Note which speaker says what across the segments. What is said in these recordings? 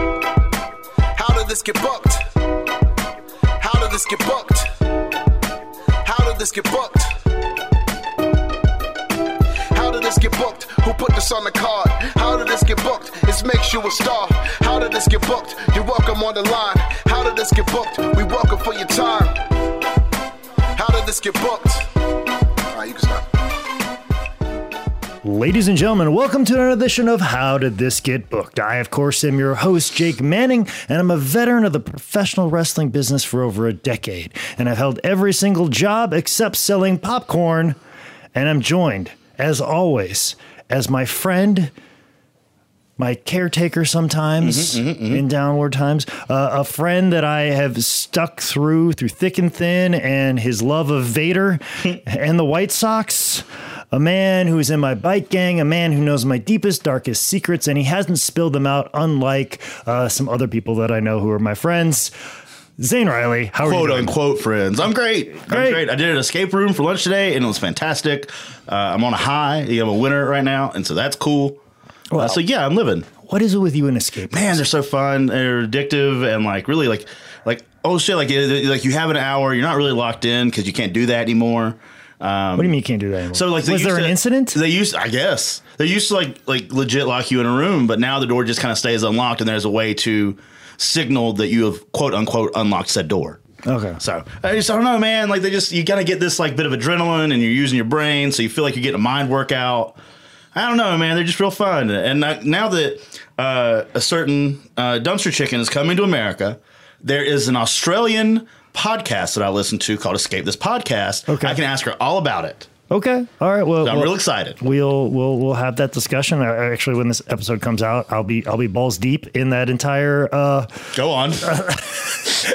Speaker 1: How did this get booked? How did this get booked? How did this get booked? How did this get booked? Who put this on the card? How did this get booked? This makes you a star. How did this get booked? You're welcome on the line. How did this get booked? We welcome for your time. How did this get booked? Alright, you can stop.
Speaker 2: Ladies and gentlemen, welcome to another edition of How Did This Get Booked? I, of course, am your host, Jake Manning, and I'm a veteran of the professional wrestling business for over a decade. And I've held every single job except selling popcorn. And I'm joined, as always, as my friend, my caretaker sometimes
Speaker 3: Mm-hmm,
Speaker 2: in downward times, uh, a friend that I have stuck through through thick and thin, and his love of Vader and the White Sox. A man who is in my bike gang, a man who knows my deepest, darkest secrets, and he hasn't spilled them out, unlike uh, some other people that I know who are my friends. Zane Riley, how are you?
Speaker 3: quote
Speaker 2: doing?
Speaker 3: unquote friends. I'm great.
Speaker 2: Great.
Speaker 3: I'm great. I did an escape room for lunch today, and it was fantastic. Uh, I'm on a high. You have a winner right now, and so that's cool. Uh, so yeah, I'm living.
Speaker 2: What is it with you in escape?
Speaker 3: Man, they're so fun. They're addictive, and like really like like oh shit, like it- like you have an hour. You're not really locked in because you can't do that anymore.
Speaker 2: What do you mean you can't do that anymore?
Speaker 3: So like, they
Speaker 2: was there
Speaker 3: used
Speaker 2: an
Speaker 3: to-
Speaker 2: incident?
Speaker 3: They used, I guess, they used to like like legit lock you in a room, but now the door just kind of stays unlocked, and there's a way to signal that you have quote unquote unlocked said door.
Speaker 2: Okay.
Speaker 3: So I just I don't know, man. Like they just you gotta get this like bit of adrenaline, and you're using your brain, so you feel like you're getting a mind workout. I don't know, man. They're just real fun. And I, now that uh, a certain uh, dumpster chicken is coming to America, there is an Australian podcast that I listen to called Escape This Podcast.
Speaker 2: Okay.
Speaker 3: I can ask her all about it.
Speaker 2: Okay. All right. Well,
Speaker 3: So I'm
Speaker 2: well,
Speaker 3: real excited.
Speaker 2: We'll we'll we'll have that discussion. I- I Actually, when this episode comes out, I'll be I'll be balls deep in that entire uh
Speaker 3: Go on.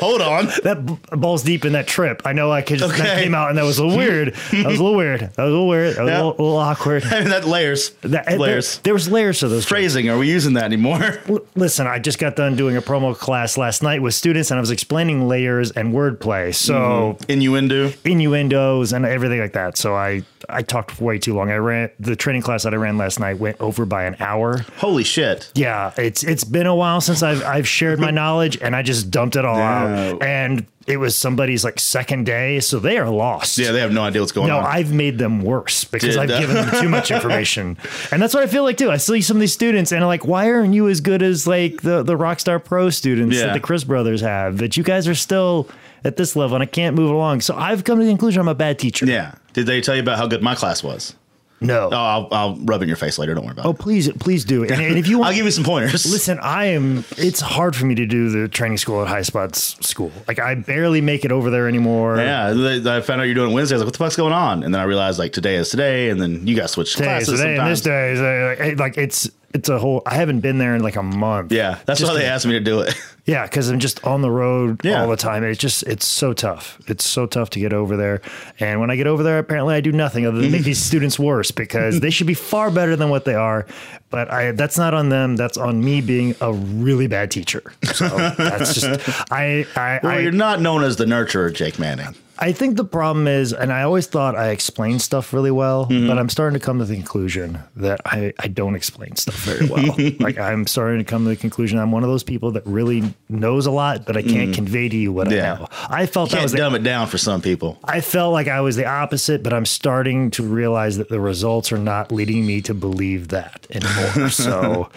Speaker 3: Hold on.
Speaker 2: that b- balls deep in that trip. I know I could just that
Speaker 3: Okay.
Speaker 2: came out and that was a little weird. that was a little weird. That was a little weird. That was
Speaker 3: Yeah.
Speaker 2: a, little, a little awkward.
Speaker 3: that layers.
Speaker 2: That- there-
Speaker 3: layers.
Speaker 2: There, was layers to those. jokes.
Speaker 3: Phrasing. Are we using that anymore?
Speaker 2: L- Listen, I just got done doing a promo class last night with students, and I was explaining layers and wordplay. So.
Speaker 3: Innuendo.
Speaker 2: innuendos and everything like that. So I I talked for way too long. I ran the training class that I ran last night went over by an hour.
Speaker 3: Holy shit.
Speaker 2: Yeah, it's it's been a while since I've I've shared my knowledge and I just dumped it all
Speaker 3: No.
Speaker 2: out. And it was somebody's like second day, so they are lost.
Speaker 3: Yeah, they have no idea what's going
Speaker 2: No,
Speaker 3: on.
Speaker 2: I've made them worse because
Speaker 3: Did-
Speaker 2: I've given them too much information. And that's what I feel like too. I see some of these students and I'm like, why aren't you as good as like the, the Rockstar Pro students that
Speaker 3: Yeah.
Speaker 2: the Chris brothers have? But you guys are still at this level and I can't move along. So I've come to the conclusion I'm a bad teacher.
Speaker 3: yeah. Did they tell you about how good my class was?
Speaker 2: No.
Speaker 3: Oh, I'll, I'll rub it in your face later. Don't worry about
Speaker 2: oh,
Speaker 3: it.
Speaker 2: please, please do. And, and if you want
Speaker 3: I'll give you some pointers.
Speaker 2: Listen, I am. It's hard for me to do the training school at High Spots School. Like I barely make it over there anymore.
Speaker 3: Yeah, they- I found out you're doing Wednesday. I was like, what the fuck's going on? And then I realized like today is today, and then you guys switched
Speaker 2: Today,
Speaker 3: classes.
Speaker 2: today, and this
Speaker 3: sometimes.
Speaker 2: day, is, uh, like, like it's it's a whole. I haven't been there in like a month.
Speaker 3: Yeah, that's
Speaker 2: Just
Speaker 3: why they
Speaker 2: kidding.
Speaker 3: asked me to do it.
Speaker 2: Yeah, because I'm just on the road
Speaker 3: Yeah.
Speaker 2: all the time. It's just it's so tough. It's so tough to get over there. And when I get over there, apparently I do nothing other than make these students worse because they should be far better than what they are. But I that's not on them. That's on me being a really bad teacher. So that's just I I,
Speaker 3: well,
Speaker 2: I
Speaker 3: you're not known as the nurturer, Jake Manning.
Speaker 2: I think the problem is, and I always thought I explained stuff really well,
Speaker 3: Mm-hmm.
Speaker 2: but I'm starting to come to the conclusion that I, I don't explain stuff very well. like I'm starting to come to the conclusion I'm one of those people that really knows a lot, but I can't convey to you what
Speaker 3: Mm. Yeah.
Speaker 2: I know. I felt that
Speaker 3: Can't
Speaker 2: was the,
Speaker 3: dumb it down for some people.
Speaker 2: I felt like I was the opposite, but I'm starting to realize that the results are not leading me to believe that anymore. so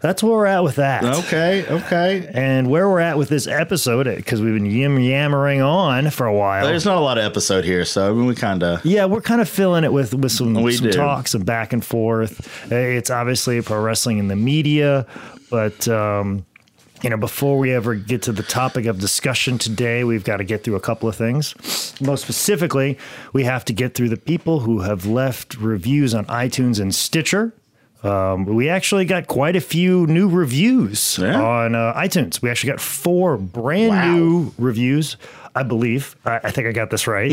Speaker 2: that's where we're at with that.
Speaker 3: Okay, okay.
Speaker 2: And where we're at with this episode, because we've been yim yammering on for a while.
Speaker 3: There's not a lot of episode here, so I mean, we kind of
Speaker 2: Yeah, we're kind of filling it with with some,
Speaker 3: We
Speaker 2: some
Speaker 3: do.
Speaker 2: talk, some back and forth. Uh, It's obviously pro wrestling in the media, but um, you know, before we ever get to the topic of discussion today, we've got to get through a couple of things. Most specifically, we have to get through the people who have left reviews on iTunes and Stitcher. Um, we actually got quite a few new reviews
Speaker 3: Yeah.
Speaker 2: on uh, iTunes. We actually got four brand
Speaker 3: Wow.
Speaker 2: new reviews, I believe. I, I think I got this right.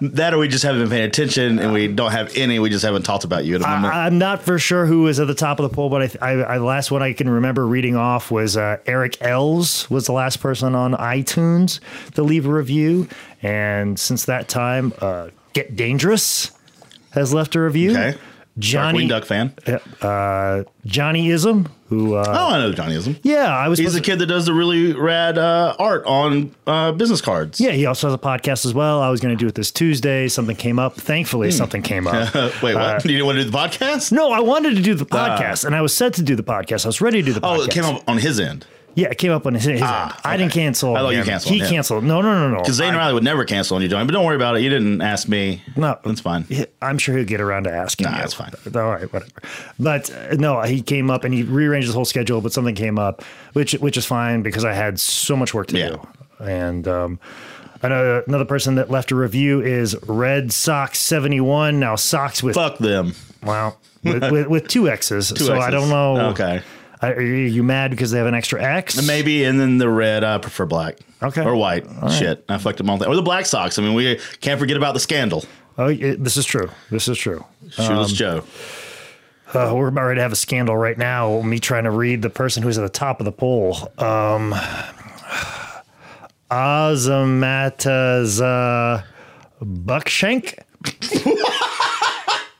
Speaker 3: that, or we just haven't been paying attention, and we don't have any. We just haven't talked about you at a moment.
Speaker 2: I, I'm not for sure who was at the top of the poll, but I, th- I, I the last one I can remember reading off was uh, Eric Ells was the last person on iTunes to leave a review, and since that time, uh, Get Dangerous has left a review.
Speaker 3: Okay.
Speaker 2: Johnny
Speaker 3: Darkwing Duck fan.
Speaker 2: uh, Johnny Ism, who uh,
Speaker 3: Oh, I know Johnnyism.
Speaker 2: yeah, I was
Speaker 3: He's
Speaker 2: supposed
Speaker 3: the
Speaker 2: to-
Speaker 3: kid that does the really rad uh, art on uh, business cards.
Speaker 2: yeah, he also has a podcast as well. I was going to do it this Tuesday. Something came up. Thankfully,
Speaker 3: Hmm.
Speaker 2: something came up.
Speaker 3: Uh, Wait, what? you didn't want to do the podcast?
Speaker 2: No, I wanted to do the podcast, and I was set to do the podcast. I was ready to do the podcast.
Speaker 3: Ah. Oh, it came up on his end.
Speaker 2: Yeah, it came up on his, his
Speaker 3: Ah,
Speaker 2: end. I didn't
Speaker 3: okay.
Speaker 2: cancel.
Speaker 3: I thought you
Speaker 2: him.
Speaker 3: canceled
Speaker 2: He
Speaker 3: him.
Speaker 2: canceled. No, no, no, no.
Speaker 3: Because Zane
Speaker 2: I-
Speaker 3: Riley would never cancel on you, Johnny. But don't worry about it. You didn't ask me.
Speaker 2: No.
Speaker 3: that's fine.
Speaker 2: Yeah, I'm sure he'll get around to asking.
Speaker 3: Nah,
Speaker 2: you.
Speaker 3: that's fine.
Speaker 2: All right, whatever. But uh, no, he came up and he rearranged his whole schedule, but something came up, which which is fine because I had so much work to
Speaker 3: Yeah.
Speaker 2: do. And um, another another person that left a review is Red Sox seventy one. Now Sox with
Speaker 3: Fuck them.
Speaker 2: wow with, with, with two X's. so I
Speaker 3: X's.
Speaker 2: don't know.
Speaker 3: Okay.
Speaker 2: I, are you you mad because they have an extra X?
Speaker 3: Maybe, and then the red. I prefer black.
Speaker 2: Okay.
Speaker 3: Or white. Shit, I fucked them all. Or the Black Sox. I mean, we can't forget about the scandal.
Speaker 2: Oh, it, this is true. This is true.
Speaker 3: Shoeless
Speaker 2: Um,
Speaker 3: Joe.
Speaker 2: Uh, we're about ready to have a scandal right now. Me trying to read the person who's at the top of the poll. Um, Azamataza Buckshank.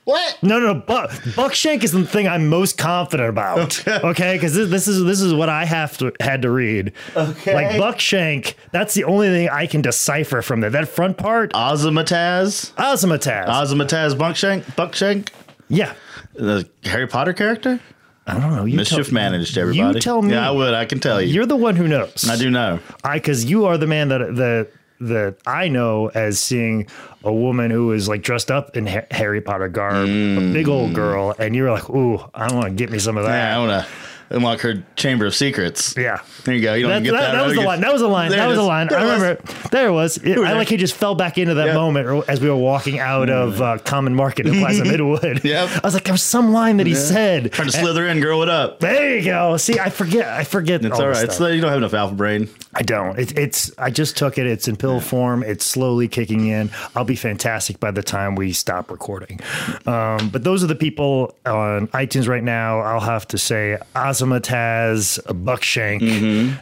Speaker 3: What?
Speaker 2: No, no, no. Bu- Buckshank is the thing I'm most confident about. Okay, because this, this is this is what I have to had to read. Okay, like Buckshank. That's the only thing I can decipher from that. That front part,
Speaker 3: Ozymataz.
Speaker 2: Azamataz.
Speaker 3: Ozymataz Buckshank. Buckshank.
Speaker 2: yeah,
Speaker 3: The Harry Potter character.
Speaker 2: I don't know. You
Speaker 3: Mischief
Speaker 2: tell,
Speaker 3: managed everybody.
Speaker 2: tell me.
Speaker 3: Yeah, I would. I can tell you.
Speaker 2: You're the one who knows.
Speaker 3: I do know.
Speaker 2: I because you are the man that that that I know as seeing a woman who is like dressed up in ha- Harry Potter garb, a big old girl, and you're like, ooh, I want to get me some of
Speaker 3: Mm. Yeah, I
Speaker 2: that.
Speaker 3: want to unlock her chamber of secrets.
Speaker 2: Yeah.
Speaker 3: There you go. You don't
Speaker 2: That,
Speaker 3: get
Speaker 2: that-
Speaker 3: that.
Speaker 2: that was the line. That was a line.
Speaker 3: There
Speaker 2: that
Speaker 3: it
Speaker 2: was a
Speaker 3: is.
Speaker 2: line.
Speaker 3: There
Speaker 2: I
Speaker 3: it was.
Speaker 2: remember. There it was. It- I
Speaker 3: there.
Speaker 2: like he just fell back into that
Speaker 3: Yeah. Mm.
Speaker 2: moment or- as we were walking out of uh, Common Market in Plaza Midwood.
Speaker 3: Yep.
Speaker 2: I was like, there was some line that he said.
Speaker 3: Trying to slither in, girl. What up?
Speaker 2: There you go. See, I forget. I forget.
Speaker 3: It's all right. It's like you don't have enough alpha brain.
Speaker 2: I don't. It, it's. I just took it. It's in pill form. It's slowly kicking in. I'll be fantastic by the time we stop recording. Um, but those are the people on iTunes right now. I'll have to say Azamataz, Buckshank,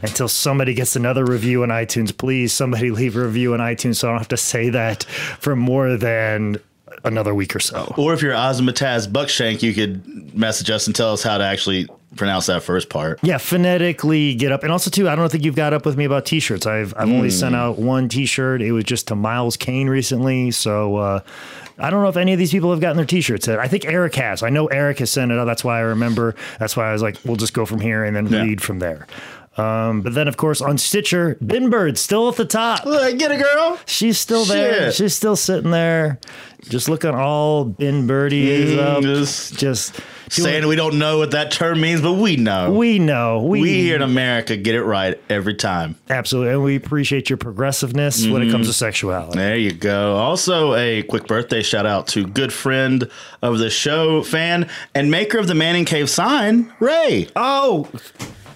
Speaker 2: until somebody gets another review on iTunes. Please, somebody leave a review on iTunes so I don't have to say that for more than another week or so.
Speaker 3: Or if you're Ozymataz Buckshank, you could message us and tell us how to actually pronounce that first part.
Speaker 2: Yeah, phonetically get up. And also, too, I don't think you've got up with me about t-shirts. I've I've
Speaker 3: Hmm.
Speaker 2: only sent out one t-shirt. It was just to Miles Kane recently. So uh, I don't know if any of these people have gotten their t-shirts. yet. I think Eric has. I know Eric has sent it out. That's why I remember. That's why I was like, we'll just go from here and then
Speaker 3: Yeah.
Speaker 2: read from there. Um, but then, of course, on Stitcher, Binbird still at the top.
Speaker 3: Look, Get it, girl.
Speaker 2: She's still there.
Speaker 3: Shit.
Speaker 2: She's still sitting there. Just looking all Bin Birdie is
Speaker 3: Mm,
Speaker 2: up.
Speaker 3: just
Speaker 2: Just
Speaker 3: Saying we don't know what that term means, but we know.
Speaker 2: we know. We,
Speaker 3: We here in America get it right every time.
Speaker 2: Absolutely. And we appreciate your progressiveness when it
Speaker 3: Mm-hmm.
Speaker 2: comes to sexuality.
Speaker 3: There you go. Also, a quick birthday shout out to good friend of the show, fan, and maker of the Manning Cave sign, Ray.
Speaker 2: Oh,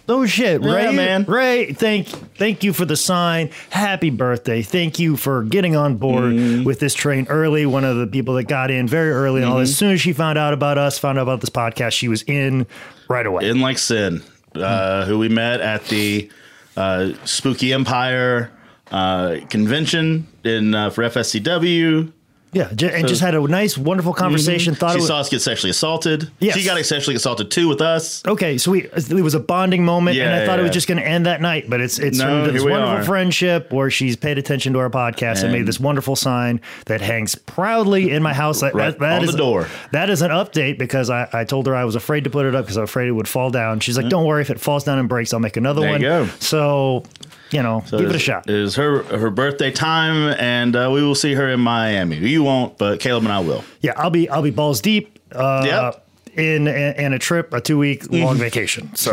Speaker 2: oh shit,
Speaker 3: Yeah,
Speaker 2: Ray,
Speaker 3: man.
Speaker 2: Ray, thank, thank you for the sign. Happy birthday! Thank you for getting on board
Speaker 3: Mm-hmm.
Speaker 2: with this train early. One of the people that got in very early. And all
Speaker 3: Mm-hmm.
Speaker 2: this. As soon as she found out about us, found out about this podcast, she was in right away.
Speaker 3: In Like Sin, uh, who we met at the uh, Spooky Empire uh, convention in uh, for FSCW.
Speaker 2: yeah, ju- and just had a nice, wonderful conversation. Thought
Speaker 3: Mm-hmm. She
Speaker 2: it was.
Speaker 3: saw us get sexually assaulted.
Speaker 2: Yes.
Speaker 3: She got sexually assaulted too with us.
Speaker 2: Okay, so we it was a bonding moment, and I
Speaker 3: Yeah,
Speaker 2: thought it
Speaker 3: yeah.
Speaker 2: was just going to end that night, but it's it's
Speaker 3: No,
Speaker 2: turned into this
Speaker 3: here we
Speaker 2: wonderful
Speaker 3: are.
Speaker 2: friendship where she's paid attention to our podcast and, made
Speaker 3: And-
Speaker 2: this wonderful sign that hangs proudly in my house. That-
Speaker 3: Right
Speaker 2: that- that
Speaker 3: on the
Speaker 2: is-
Speaker 3: door.
Speaker 2: That is an update because I, I told her I was afraid to put it up because I'm afraid it would fall down. She's like, "Don't worry, if it falls down and breaks, I'll make another
Speaker 3: There you
Speaker 2: one."
Speaker 3: go.
Speaker 2: So, you know, give it a
Speaker 3: is-
Speaker 2: shot.
Speaker 3: is her her birthday time, and uh, we will see her in Miami. You won't, but Caleb and I will.
Speaker 2: yeah, I'll be I'll be balls deep. Uh,
Speaker 3: Yep.
Speaker 2: In in a trip, a two week long vacation. So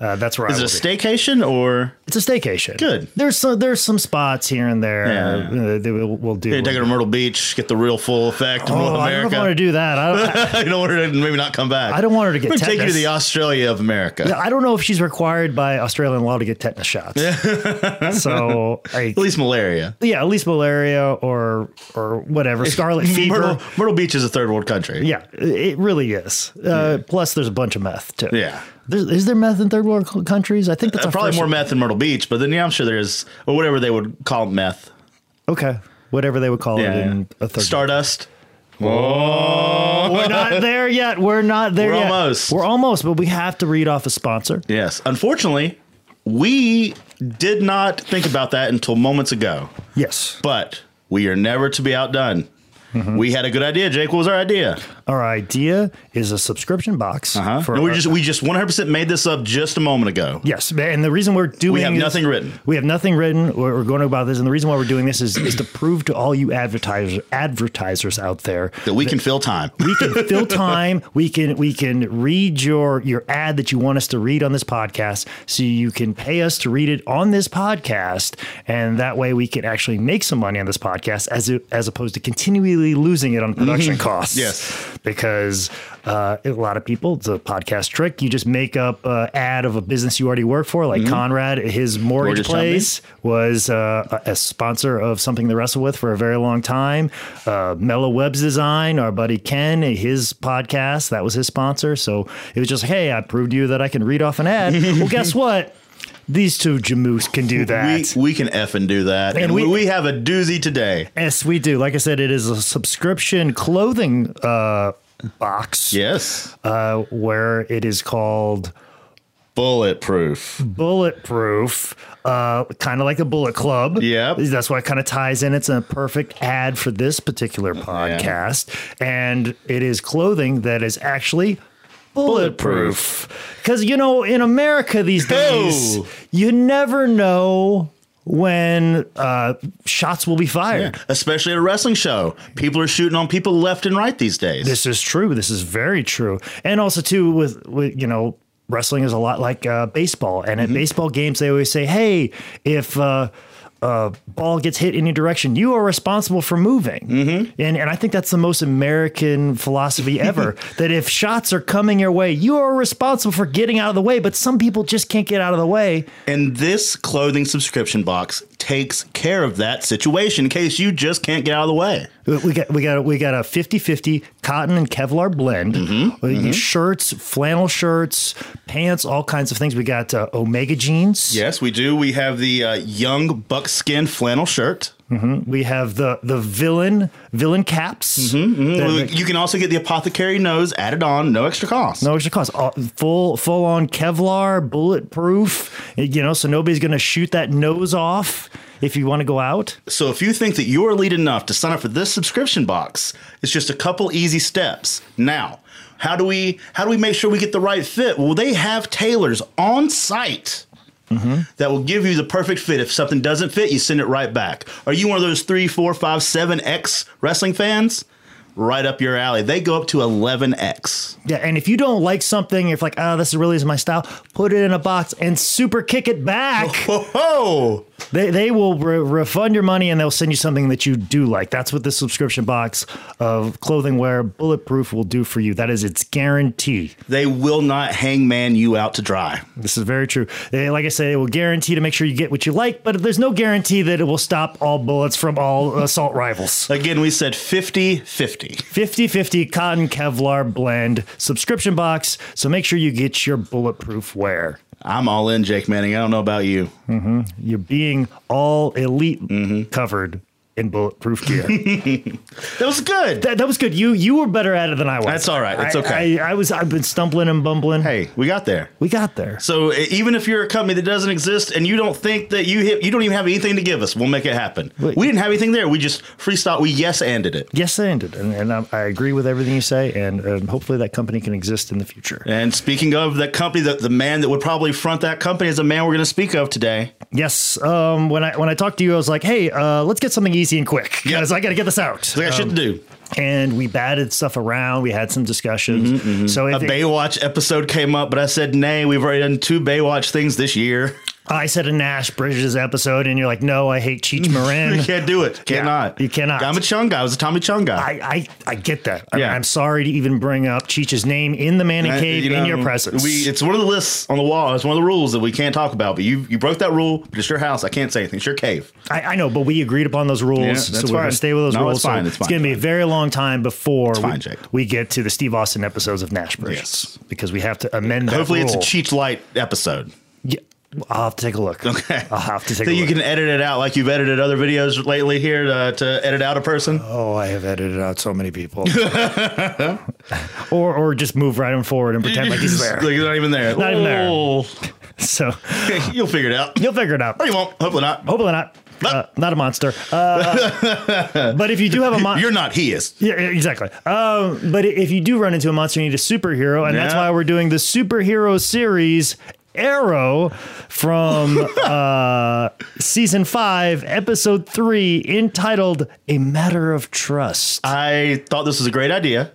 Speaker 2: uh, that's where I
Speaker 3: Is
Speaker 2: will
Speaker 3: it a
Speaker 2: be.
Speaker 3: staycation or
Speaker 2: It's a staycation.
Speaker 3: Good.
Speaker 2: There's some there's some spots here and there
Speaker 3: Yeah.
Speaker 2: uh, that we'll, we'll do.
Speaker 3: you take her to Myrtle Beach, get the real full effect of
Speaker 2: oh, I don't know if I
Speaker 3: America?
Speaker 2: want to do that. I don't,
Speaker 3: you don't want her to maybe not come back.
Speaker 2: I don't want her to get
Speaker 3: I'm gonna take you to
Speaker 2: tetanus.
Speaker 3: the Australia of America.
Speaker 2: I don't know if she's required by Australian law to get tetanus shots. so I,
Speaker 3: At least malaria.
Speaker 2: yeah, at least malaria or or whatever scarlet fever.
Speaker 3: Myrtle, Myrtle Beach is a third world country. Uh,
Speaker 2: Yeah, it really is. Uh, Plus, there's a bunch of meth too.
Speaker 3: Yeah.
Speaker 2: There's, is there meth in third world co- countries? I think that's
Speaker 3: Uh,
Speaker 2: a
Speaker 3: probably
Speaker 2: first-
Speaker 3: more meth in Myrtle Beach, but then yeah, I'm sure there's or whatever they would call meth.
Speaker 2: Okay. whatever they would call
Speaker 3: Yeah,
Speaker 2: it
Speaker 3: yeah.
Speaker 2: in a third.
Speaker 3: Stardust.
Speaker 2: We're not there yet. We're not there
Speaker 3: We're
Speaker 2: yet.
Speaker 3: almost.
Speaker 2: We're almost, but we have to read off a sponsor.
Speaker 3: Yes. Unfortunately, we did not think about that until moments ago,
Speaker 2: Yes.
Speaker 3: but we are never to be outdone.
Speaker 2: Mm-hmm.
Speaker 3: We had a good idea, Jake. What was our idea?
Speaker 2: Our idea is a subscription box.
Speaker 3: Huh?
Speaker 2: for
Speaker 3: No, we
Speaker 2: our-
Speaker 3: Uh-huh. just we just 100% made this up just a moment ago.
Speaker 2: Yes, and the reason we're doing
Speaker 3: We have
Speaker 2: this-
Speaker 3: nothing written.
Speaker 2: We have nothing written. We're, we're going about this, and the reason why we're doing this is, is to prove to all you advertisers advertisers out there
Speaker 3: That we can fill time.
Speaker 2: we can fill time. We can we can read your your ad that you want us to read on this podcast, so you can pay us to read it on this podcast, and that way we can actually make some money on this podcast as it, as opposed to continually losing it on production costs.
Speaker 3: Mm-hmm. Yes.
Speaker 2: because uh, a lot of people, it's a podcast trick. You just make up an ad of a business you already work for, like Conrad. His mortgage,
Speaker 3: Mm-hmm. Mortgage company.
Speaker 2: place was uh, a a sponsor of something to wrestle with for a very long time. Uh, Mellow Web's Design, our buddy Ken, his podcast, that was his sponsor. So it was just, hey, I proved to you that I can read off an ad. well, guess what? These two jamoose can do
Speaker 3: we,
Speaker 2: that.
Speaker 3: we can F and do that. And,
Speaker 2: we-
Speaker 3: we, we have a doozy today.
Speaker 2: yes, we do. Like I said, it is a subscription clothing uh, box
Speaker 3: Yes.
Speaker 2: uh, where it is called
Speaker 3: Bulletproof.
Speaker 2: bulletproof, uh, kind of like a bullet club.
Speaker 3: Yep.
Speaker 2: That's why it kind of ties in. It's a perfect ad for this particular podcast. And it is clothing that is actually bulletproof. Because, you know, in America these days,
Speaker 3: Oh.
Speaker 2: you never know when uh, shots will be fired.
Speaker 3: Especially at a wrestling show. People are shooting on people left and right these days.
Speaker 2: This is true. This is very true. And also too with, with you know wrestling is a lot like uh, baseball. And at baseball games they always say, "Hey, if uh, uh, ball gets hit any direction, you are responsible for moving." Mm-hmm. And and I think that's the most American philosophy ever. that if shots are coming your way, you are responsible for getting out of the way. But some people just can't get out of the way.
Speaker 3: And this clothing subscription box takes care of that situation in case you just can't get out of the way.
Speaker 2: We- We got we got we got a 50-50 cotton and Kevlar blend. Uh, Shirts, flannel shirts, pants, all kinds of things. We got uh, Omega jeans.
Speaker 3: Yes, we do. We have the uh, young buckskin flannel shirt.
Speaker 2: We have the the villain villain caps. They're-
Speaker 3: Well,
Speaker 2: they're-
Speaker 3: You can also get the apothecary nose added on, no extra cost.
Speaker 2: no extra cost. All- Uh, full full on Kevlar, bulletproof. You know, so nobody's gonna shoot that nose off if you want to go out.
Speaker 3: So if you think that you're elite enough to sign up for this subscription box, it's just a couple easy steps. Now, how do we how do we make sure we get the right fit? Well, they have tailors on site. That will give you the perfect fit. If something doesn't fit, you send it right back. Are you one of those three, four, five, seven X wrestling fans? Right up your alley. They go up to eleven X.
Speaker 2: Yeah, and if you don't like something, if like, oh, this really is my style, put it in a box and super kick it back.
Speaker 3: Ho ho!
Speaker 2: They, they will re- refund your money and they'll send you something that you do like. That's what this subscription box of clothing wear bulletproof will do for you. That is its guarantee.
Speaker 3: They will not hangman you out to dry.
Speaker 2: This is very true. They, like I said, it will guarantee to make sure you get what you like, but there's no guarantee that it will stop all bullets from all assault rifles.
Speaker 3: Again, we said 50 50.
Speaker 2: 50 50 cotton Kevlar blend subscription box. So make sure you get your bulletproof wear.
Speaker 3: I'm all in, Jake Manning. I don't know about you.
Speaker 2: You're being all elite covered in bulletproof gear.
Speaker 3: That was good.
Speaker 2: That, that was good. You you were better at it than I was.
Speaker 3: That's all right. It's
Speaker 2: I-
Speaker 3: okay.
Speaker 2: I, I was. I've been stumbling and bumbling.
Speaker 3: hey, we got there.
Speaker 2: we got there.
Speaker 3: So e- even if you're a company that doesn't exist and you don't think that you hit, you don't even have anything to give us, we'll make it happen.
Speaker 2: Wait.
Speaker 3: We didn't have anything there. We just freestyle. We yes anded it.
Speaker 2: Yes, I ended, and, and I, I agree with everything you say, and, and hopefully that company can exist in the future.
Speaker 3: And speaking of that company, the, the man that would probably front that company is a man we're going to speak of today.
Speaker 2: Yes. Um. When I when I talked to you, I was like, hey, uh, let's get something easy and quick
Speaker 3: Yeah.
Speaker 2: because I got to get this out. Um,
Speaker 3: I got shit to do.
Speaker 2: And we batted stuff around. We had some discussions. So
Speaker 3: Mm-hmm, A
Speaker 2: if it,
Speaker 3: Baywatch episode came up, but I said nay. We've already done two Baywatch things this year.
Speaker 2: I said a Nash Bridges episode, and you're like, no, I hate Cheech Marin.
Speaker 3: You can't do it. Cannot.
Speaker 2: you cannot.
Speaker 3: I'm a Chung guy. I was a Tommy Chung guy.
Speaker 2: I, I, I get that. I
Speaker 3: Yeah.
Speaker 2: I'm sorry to even bring up Cheech's name in the Manning
Speaker 3: I-
Speaker 2: Cave
Speaker 3: you
Speaker 2: in
Speaker 3: know,
Speaker 2: your presence.
Speaker 3: We, it's one of the lists on the wall. It's one of the rules that we can't talk about. But you you broke that rule. But it's your house. I can't say anything. It's your cave.
Speaker 2: I, I know, but we agreed upon those rules,
Speaker 3: Yeah,
Speaker 2: so
Speaker 3: that's
Speaker 2: we're going
Speaker 3: fine.
Speaker 2: to stay with those
Speaker 3: No,
Speaker 2: rules.
Speaker 3: it's fine,
Speaker 2: so
Speaker 3: it's fine,
Speaker 2: going to be a
Speaker 3: fine.
Speaker 2: very long time before
Speaker 3: fine,
Speaker 2: we,
Speaker 3: Jake.
Speaker 2: we get to the Steve Austin episodes of Nash Bridges
Speaker 3: Yes.
Speaker 2: because we have to amend that
Speaker 3: Hopefully, it's a
Speaker 2: rule.
Speaker 3: Cheech Light episode.
Speaker 2: Yeah. I'll have to take a look.
Speaker 3: Okay.
Speaker 2: I'll have to take
Speaker 3: That
Speaker 2: a
Speaker 3: you
Speaker 2: look.
Speaker 3: can edit it out like you've edited other videos lately here to, to edit out a person.
Speaker 2: Oh, I have edited out so many people. or or just move right on forward and pretend like he's there.
Speaker 3: Like, he's not even there.
Speaker 2: Not even there.
Speaker 3: Oh.
Speaker 2: So
Speaker 3: You'll figure it out.
Speaker 2: you'll figure it out.
Speaker 3: Or you won't. Hopefully not.
Speaker 2: Hopefully not. Uh, not a monster. Uh, but if you do have a monster.
Speaker 3: You're not. He is.
Speaker 2: Yeah, yeah, exactly. Um, but i- if you do run into a monster, you need a superhero, and that's
Speaker 3: Yeah.
Speaker 2: why we're doing the superhero series Arrow from uh, season five, episode three, entitled "A Matter of
Speaker 3: Uh,
Speaker 2: Trust."
Speaker 3: I thought this was a great idea,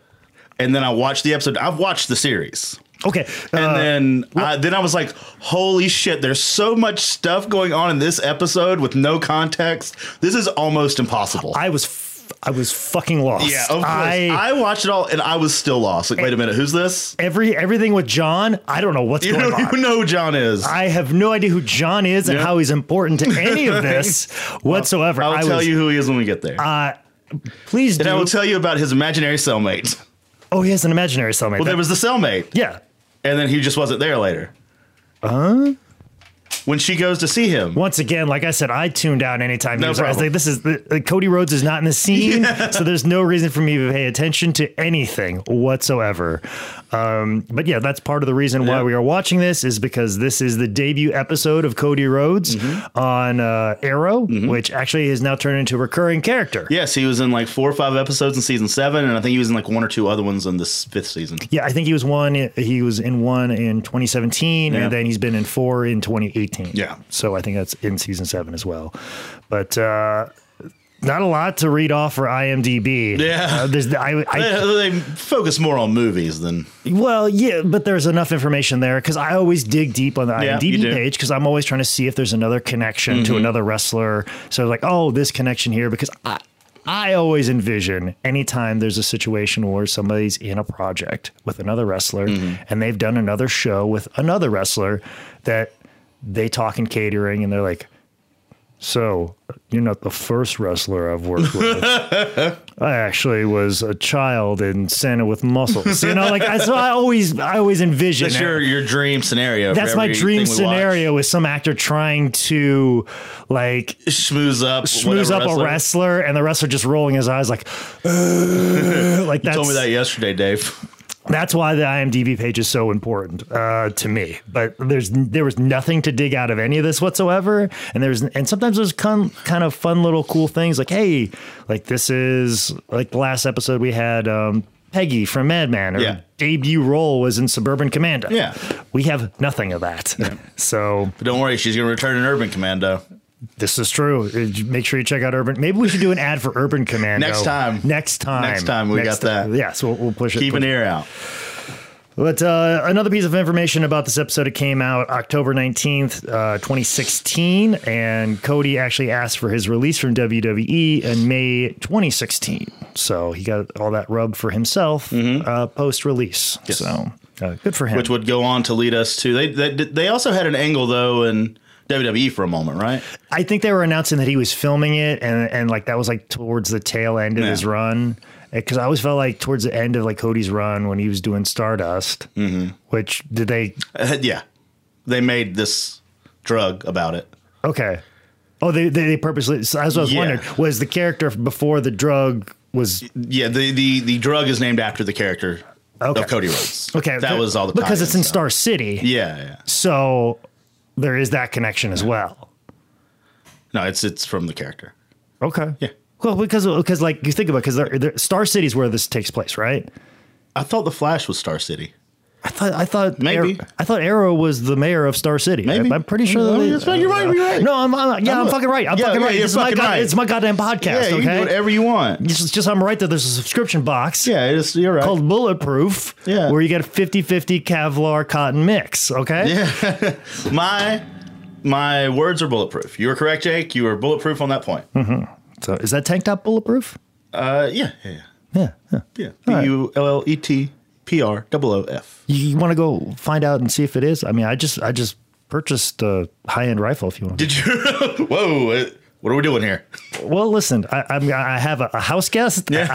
Speaker 3: and then I watched the episode. I've watched the series.
Speaker 2: Okay,
Speaker 3: And
Speaker 2: uh,
Speaker 3: then, I, then I was like, "Holy shit! There's so much stuff going on in this episode with no context. This is almost impossible."
Speaker 2: I was f- I was fucking lost.
Speaker 3: yeah, of course.
Speaker 2: I,
Speaker 3: I, watched it all, and I was still lost. Like, wait a minute, who's this?
Speaker 2: every everything with John, I don't know what's
Speaker 3: You
Speaker 2: going
Speaker 3: don't
Speaker 2: on.
Speaker 3: even know who John is.
Speaker 2: I have no idea who John is and
Speaker 3: Yeah.
Speaker 2: how he's important to any of this whatsoever.
Speaker 3: I'll
Speaker 2: I
Speaker 3: tell
Speaker 2: was-
Speaker 3: you who he is when we get there,
Speaker 2: Uh, please do.
Speaker 3: and I will tell you about his imaginary cellmate.
Speaker 2: Oh, he has an imaginary cellmate.
Speaker 3: Well, there was the cellmate,
Speaker 2: yeah.
Speaker 3: and then he just wasn't there later. Huh? When she goes to see him,
Speaker 2: Once again, like I said, I tuned out anytime. he
Speaker 3: No
Speaker 2: was there. I was
Speaker 3: problem.
Speaker 2: like, this is the, like, Cody Rhodes is not in the scene, so there's no reason for me to pay attention to anything whatsoever. Um, but yeah, that's part of the reason why
Speaker 3: Yeah.
Speaker 2: we are watching this is because this is the debut episode of Cody Rhodes
Speaker 3: Mm-hmm.
Speaker 2: on uh, Arrow, which actually has now turned into a recurring character.
Speaker 3: Yes, he was in like four or five episodes in season seven, and I think he was in like one or two other ones in this fifth season.
Speaker 2: Yeah, I think he was one. He was in one in 2017,
Speaker 3: Yeah.
Speaker 2: and then he's been in four in 2018.
Speaker 3: Yeah.
Speaker 2: so I think that's in season seven as well. But uh, not a lot to read off for IMDb.
Speaker 3: Yeah.
Speaker 2: Uh, there's I, I
Speaker 3: They, they focus more on movies than
Speaker 2: well, yeah, but there's enough information there because I always dig deep on the
Speaker 3: Yeah, you
Speaker 2: IMDb
Speaker 3: do. Mm-hmm.
Speaker 2: page because I'm always trying to see if there's another connection to another wrestler. So like, oh, this connection here because I. I always envision anytime there's a situation where somebody's in a project with another wrestler
Speaker 3: Mm-hmm.
Speaker 2: and they've done another show with another wrestler that they talk in catering and they're like, So you're not the first wrestler I've worked with. I actually was a child in Santa with muscles. You know, like I, so I always, I always envision
Speaker 3: that's
Speaker 2: it.
Speaker 3: your your dream scenario. for
Speaker 2: That's my
Speaker 3: everything
Speaker 2: dream
Speaker 3: we watch.
Speaker 2: scenario with some actor trying to like
Speaker 3: Schmooze up,
Speaker 2: schmooze
Speaker 3: whatever
Speaker 2: up a wrestler and the wrestler just rolling his eyes like, "Ugh," like that's,
Speaker 3: Told me that yesterday, Dave.
Speaker 2: that's why the IMDb page is so important uh, to me. But there's there was nothing to dig out of any of this whatsoever, and there's and sometimes there's con, kind of fun little cool things like hey, like this is like the last episode we had um, Peggy from Madman. Her
Speaker 3: Yeah.
Speaker 2: debut role was in Suburban Commando.
Speaker 3: Yeah.
Speaker 2: we have nothing of that. So
Speaker 3: But don't worry, she's gonna return an Urban Commando.
Speaker 2: this is true. Uh, Make sure you check out Urban. Maybe we should do an ad for Urban Commando
Speaker 3: Next time.
Speaker 2: Next time.
Speaker 3: Next time we got that.
Speaker 2: Yes, we'll, we'll push it.
Speaker 3: Keep
Speaker 2: push
Speaker 3: an
Speaker 2: it.
Speaker 3: ear out.
Speaker 2: But uh, another piece of information about this episode, it came out October 19th, uh, 2016, and Cody actually asked for his release from WWE in May 2016. So he got all that rub for himself uh, post release. So uh, good for him.
Speaker 3: Mm-hmm. Which would go on to lead us to they they, they also had an angle though in WWE for a moment, right?
Speaker 2: I think they were announcing that he was filming it, and and like that was like towards the tail end of
Speaker 3: Yeah.
Speaker 2: his run. Because I always felt like towards the end of like Cody's run when he was doing Stardust,
Speaker 3: Mm-hmm.
Speaker 2: which did they?
Speaker 3: Uh, yeah, they made this drug about it.
Speaker 2: Okay, oh they they, they purposely. So that's what I was
Speaker 3: Yeah.
Speaker 2: wondering. Was the character before the drug was
Speaker 3: Yeah, the the the drug is named after the character
Speaker 2: Okay.
Speaker 3: of Cody Rhodes.
Speaker 2: okay?
Speaker 3: that was all the
Speaker 2: because it's in
Speaker 3: tie-ins, so.
Speaker 2: Star City,
Speaker 3: Yeah, yeah.
Speaker 2: so there is that connection as well.
Speaker 3: No, it's it's from the character.
Speaker 2: Okay,
Speaker 3: Yeah.
Speaker 2: Well, because because like you think about because there, there, Star City's where this takes place, right?
Speaker 3: I thought the Flash was Star City.
Speaker 2: I thought I thought
Speaker 3: Maybe.
Speaker 2: Ar- I thought Arrow was the mayor of Star City.
Speaker 3: Maybe.
Speaker 2: I, am pretty sure.
Speaker 3: I
Speaker 2: that
Speaker 3: mean,
Speaker 2: they-
Speaker 3: that's right. You're right. You're right.
Speaker 2: No, I'm, I'm yeah, I'm,
Speaker 3: I'm-
Speaker 2: fucking right. I'm
Speaker 3: yeah,
Speaker 2: fucking
Speaker 3: yeah,
Speaker 2: right.
Speaker 3: you're
Speaker 2: This is my
Speaker 3: fucking
Speaker 2: god,
Speaker 3: right.
Speaker 2: it's my goddamn podcast.
Speaker 3: yeah, you can do
Speaker 2: okay,
Speaker 3: whatever you want.
Speaker 2: it's just I'm right that there's a subscription box
Speaker 3: Yeah, it's, you're right.
Speaker 2: called Bulletproof.
Speaker 3: Yeah.
Speaker 2: where you get a 50-50 Kevlar cotton mix. Okay,
Speaker 3: my my words are bulletproof. You were correct, Jake. You were bulletproof on that point.
Speaker 2: so is that tank top bulletproof?
Speaker 3: Uh, yeah, yeah,
Speaker 2: Yeah. yeah.
Speaker 3: yeah. B u l l e t p r o o f.
Speaker 2: You, want to go find out and see if it is? I mean, I just I just purchased a high end rifle. If you want,
Speaker 3: Did you? Whoa! uh, What are we doing here?
Speaker 2: well, listen, I, I'm, I have a, a house guest. Then-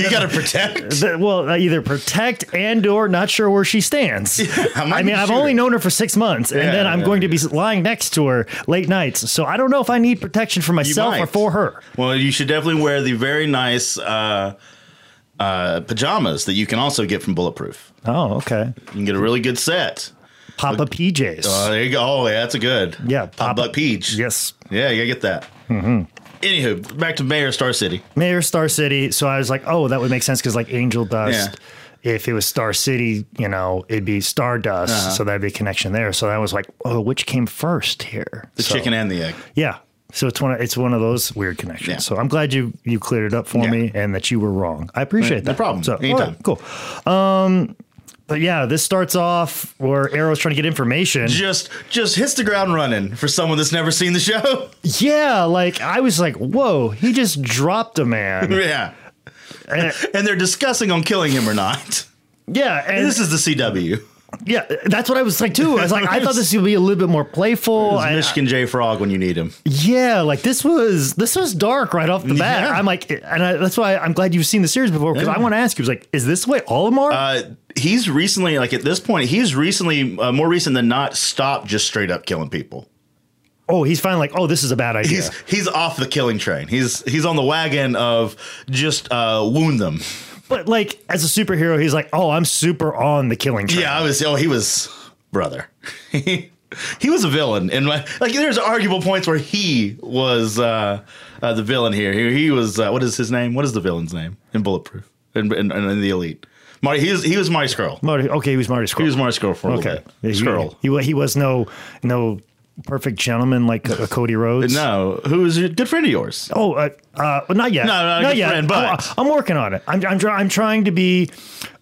Speaker 3: you got to protect.
Speaker 2: that- well, I either protect and or not sure where she stands.
Speaker 3: I'm not
Speaker 2: I mean, I've
Speaker 3: sure.
Speaker 2: only known her for six months, and
Speaker 3: Yeah,
Speaker 2: then I'm
Speaker 3: yeah,
Speaker 2: going to be lying next to her late nights. So I don't know if I need protection for myself or
Speaker 3: might.
Speaker 2: for her.
Speaker 3: Well, you should definitely wear the very nice uh, uh, pajamas that you can also get from Bulletproof.
Speaker 2: Oh, okay.
Speaker 3: You can get a really good set.
Speaker 2: Papa PJs.
Speaker 3: Oh, there you go. Oh, yeah, that's a good.
Speaker 2: Yeah,
Speaker 3: Pop
Speaker 2: Papa-
Speaker 3: up peach.
Speaker 2: yes.
Speaker 3: Yeah, you gotta get that.
Speaker 2: Mm-hmm.
Speaker 3: Anywho, back to Mayor Star City.
Speaker 2: Mayor Star City. So I was like, oh, that would make sense because like Angel Dust.
Speaker 3: Yeah.
Speaker 2: If it was Star City, you know, it'd be Stardust.
Speaker 3: Uh-huh.
Speaker 2: So that'd be a connection there. So that was like, oh, which came first here?
Speaker 3: The chicken and the egg.
Speaker 2: Yeah. So it's one of, it's one of those weird connections.
Speaker 3: Yeah.
Speaker 2: So I'm glad you you cleared it up for
Speaker 3: Yeah.
Speaker 2: me and that you were wrong. I appreciate that.
Speaker 3: no problem.
Speaker 2: So
Speaker 3: Anytime.
Speaker 2: alright, cool. Um, but yeah, this starts off where Arrow's trying to get information.
Speaker 3: Just just hits the ground running for someone that's never seen the show.
Speaker 2: Yeah, like I was like, whoa, he just dropped a man.
Speaker 3: yeah.
Speaker 2: And-
Speaker 3: And they're discussing on killing him or not.
Speaker 2: yeah, and
Speaker 3: And this is the CW.
Speaker 2: yeah, that's what I was like too. I was like, I thought this would be a little bit more playful. I-
Speaker 3: Michigan J Frog when you need him.
Speaker 2: Yeah, like this was this was dark right off the bat.
Speaker 3: Yeah.
Speaker 2: I'm like, and I, that's why I'm glad you've seen the series before because I want to ask you. Was like, is this the way all of them are?
Speaker 3: Uh, he's recently, like at this point, he's recently, uh, more recent than not, stopped just straight up killing people.
Speaker 2: oh, he's finally like, oh, this is a bad idea.
Speaker 3: He's he's off the killing train. He's he's on the wagon of just uh, wound them.
Speaker 2: but like, as a superhero, he's like, oh, I'm super on the killing train.
Speaker 3: Yeah, I was. Oh, he was brother. he was a villain, and my, like there's arguable points where he was uh, uh, the villain here. He, he was uh, what is his name? What is the villain's name in Bulletproof and in, in, in the Elite? Marty. He was he was Marty Skrull.
Speaker 2: Marty, okay, he was Marty Skrull.
Speaker 3: He was Marty Skrull for a
Speaker 2: okay,
Speaker 3: little bit. Skrull.
Speaker 2: He, he, he was no no perfect gentleman like uh, Cody Rhodes.
Speaker 3: No, who is a good friend of yours?
Speaker 2: Oh, uh, uh, well, not yet.
Speaker 3: No, not a good
Speaker 2: yet.
Speaker 3: friend, but-
Speaker 2: I'm, I'm working on it. I'm I'm, try, I'm trying to be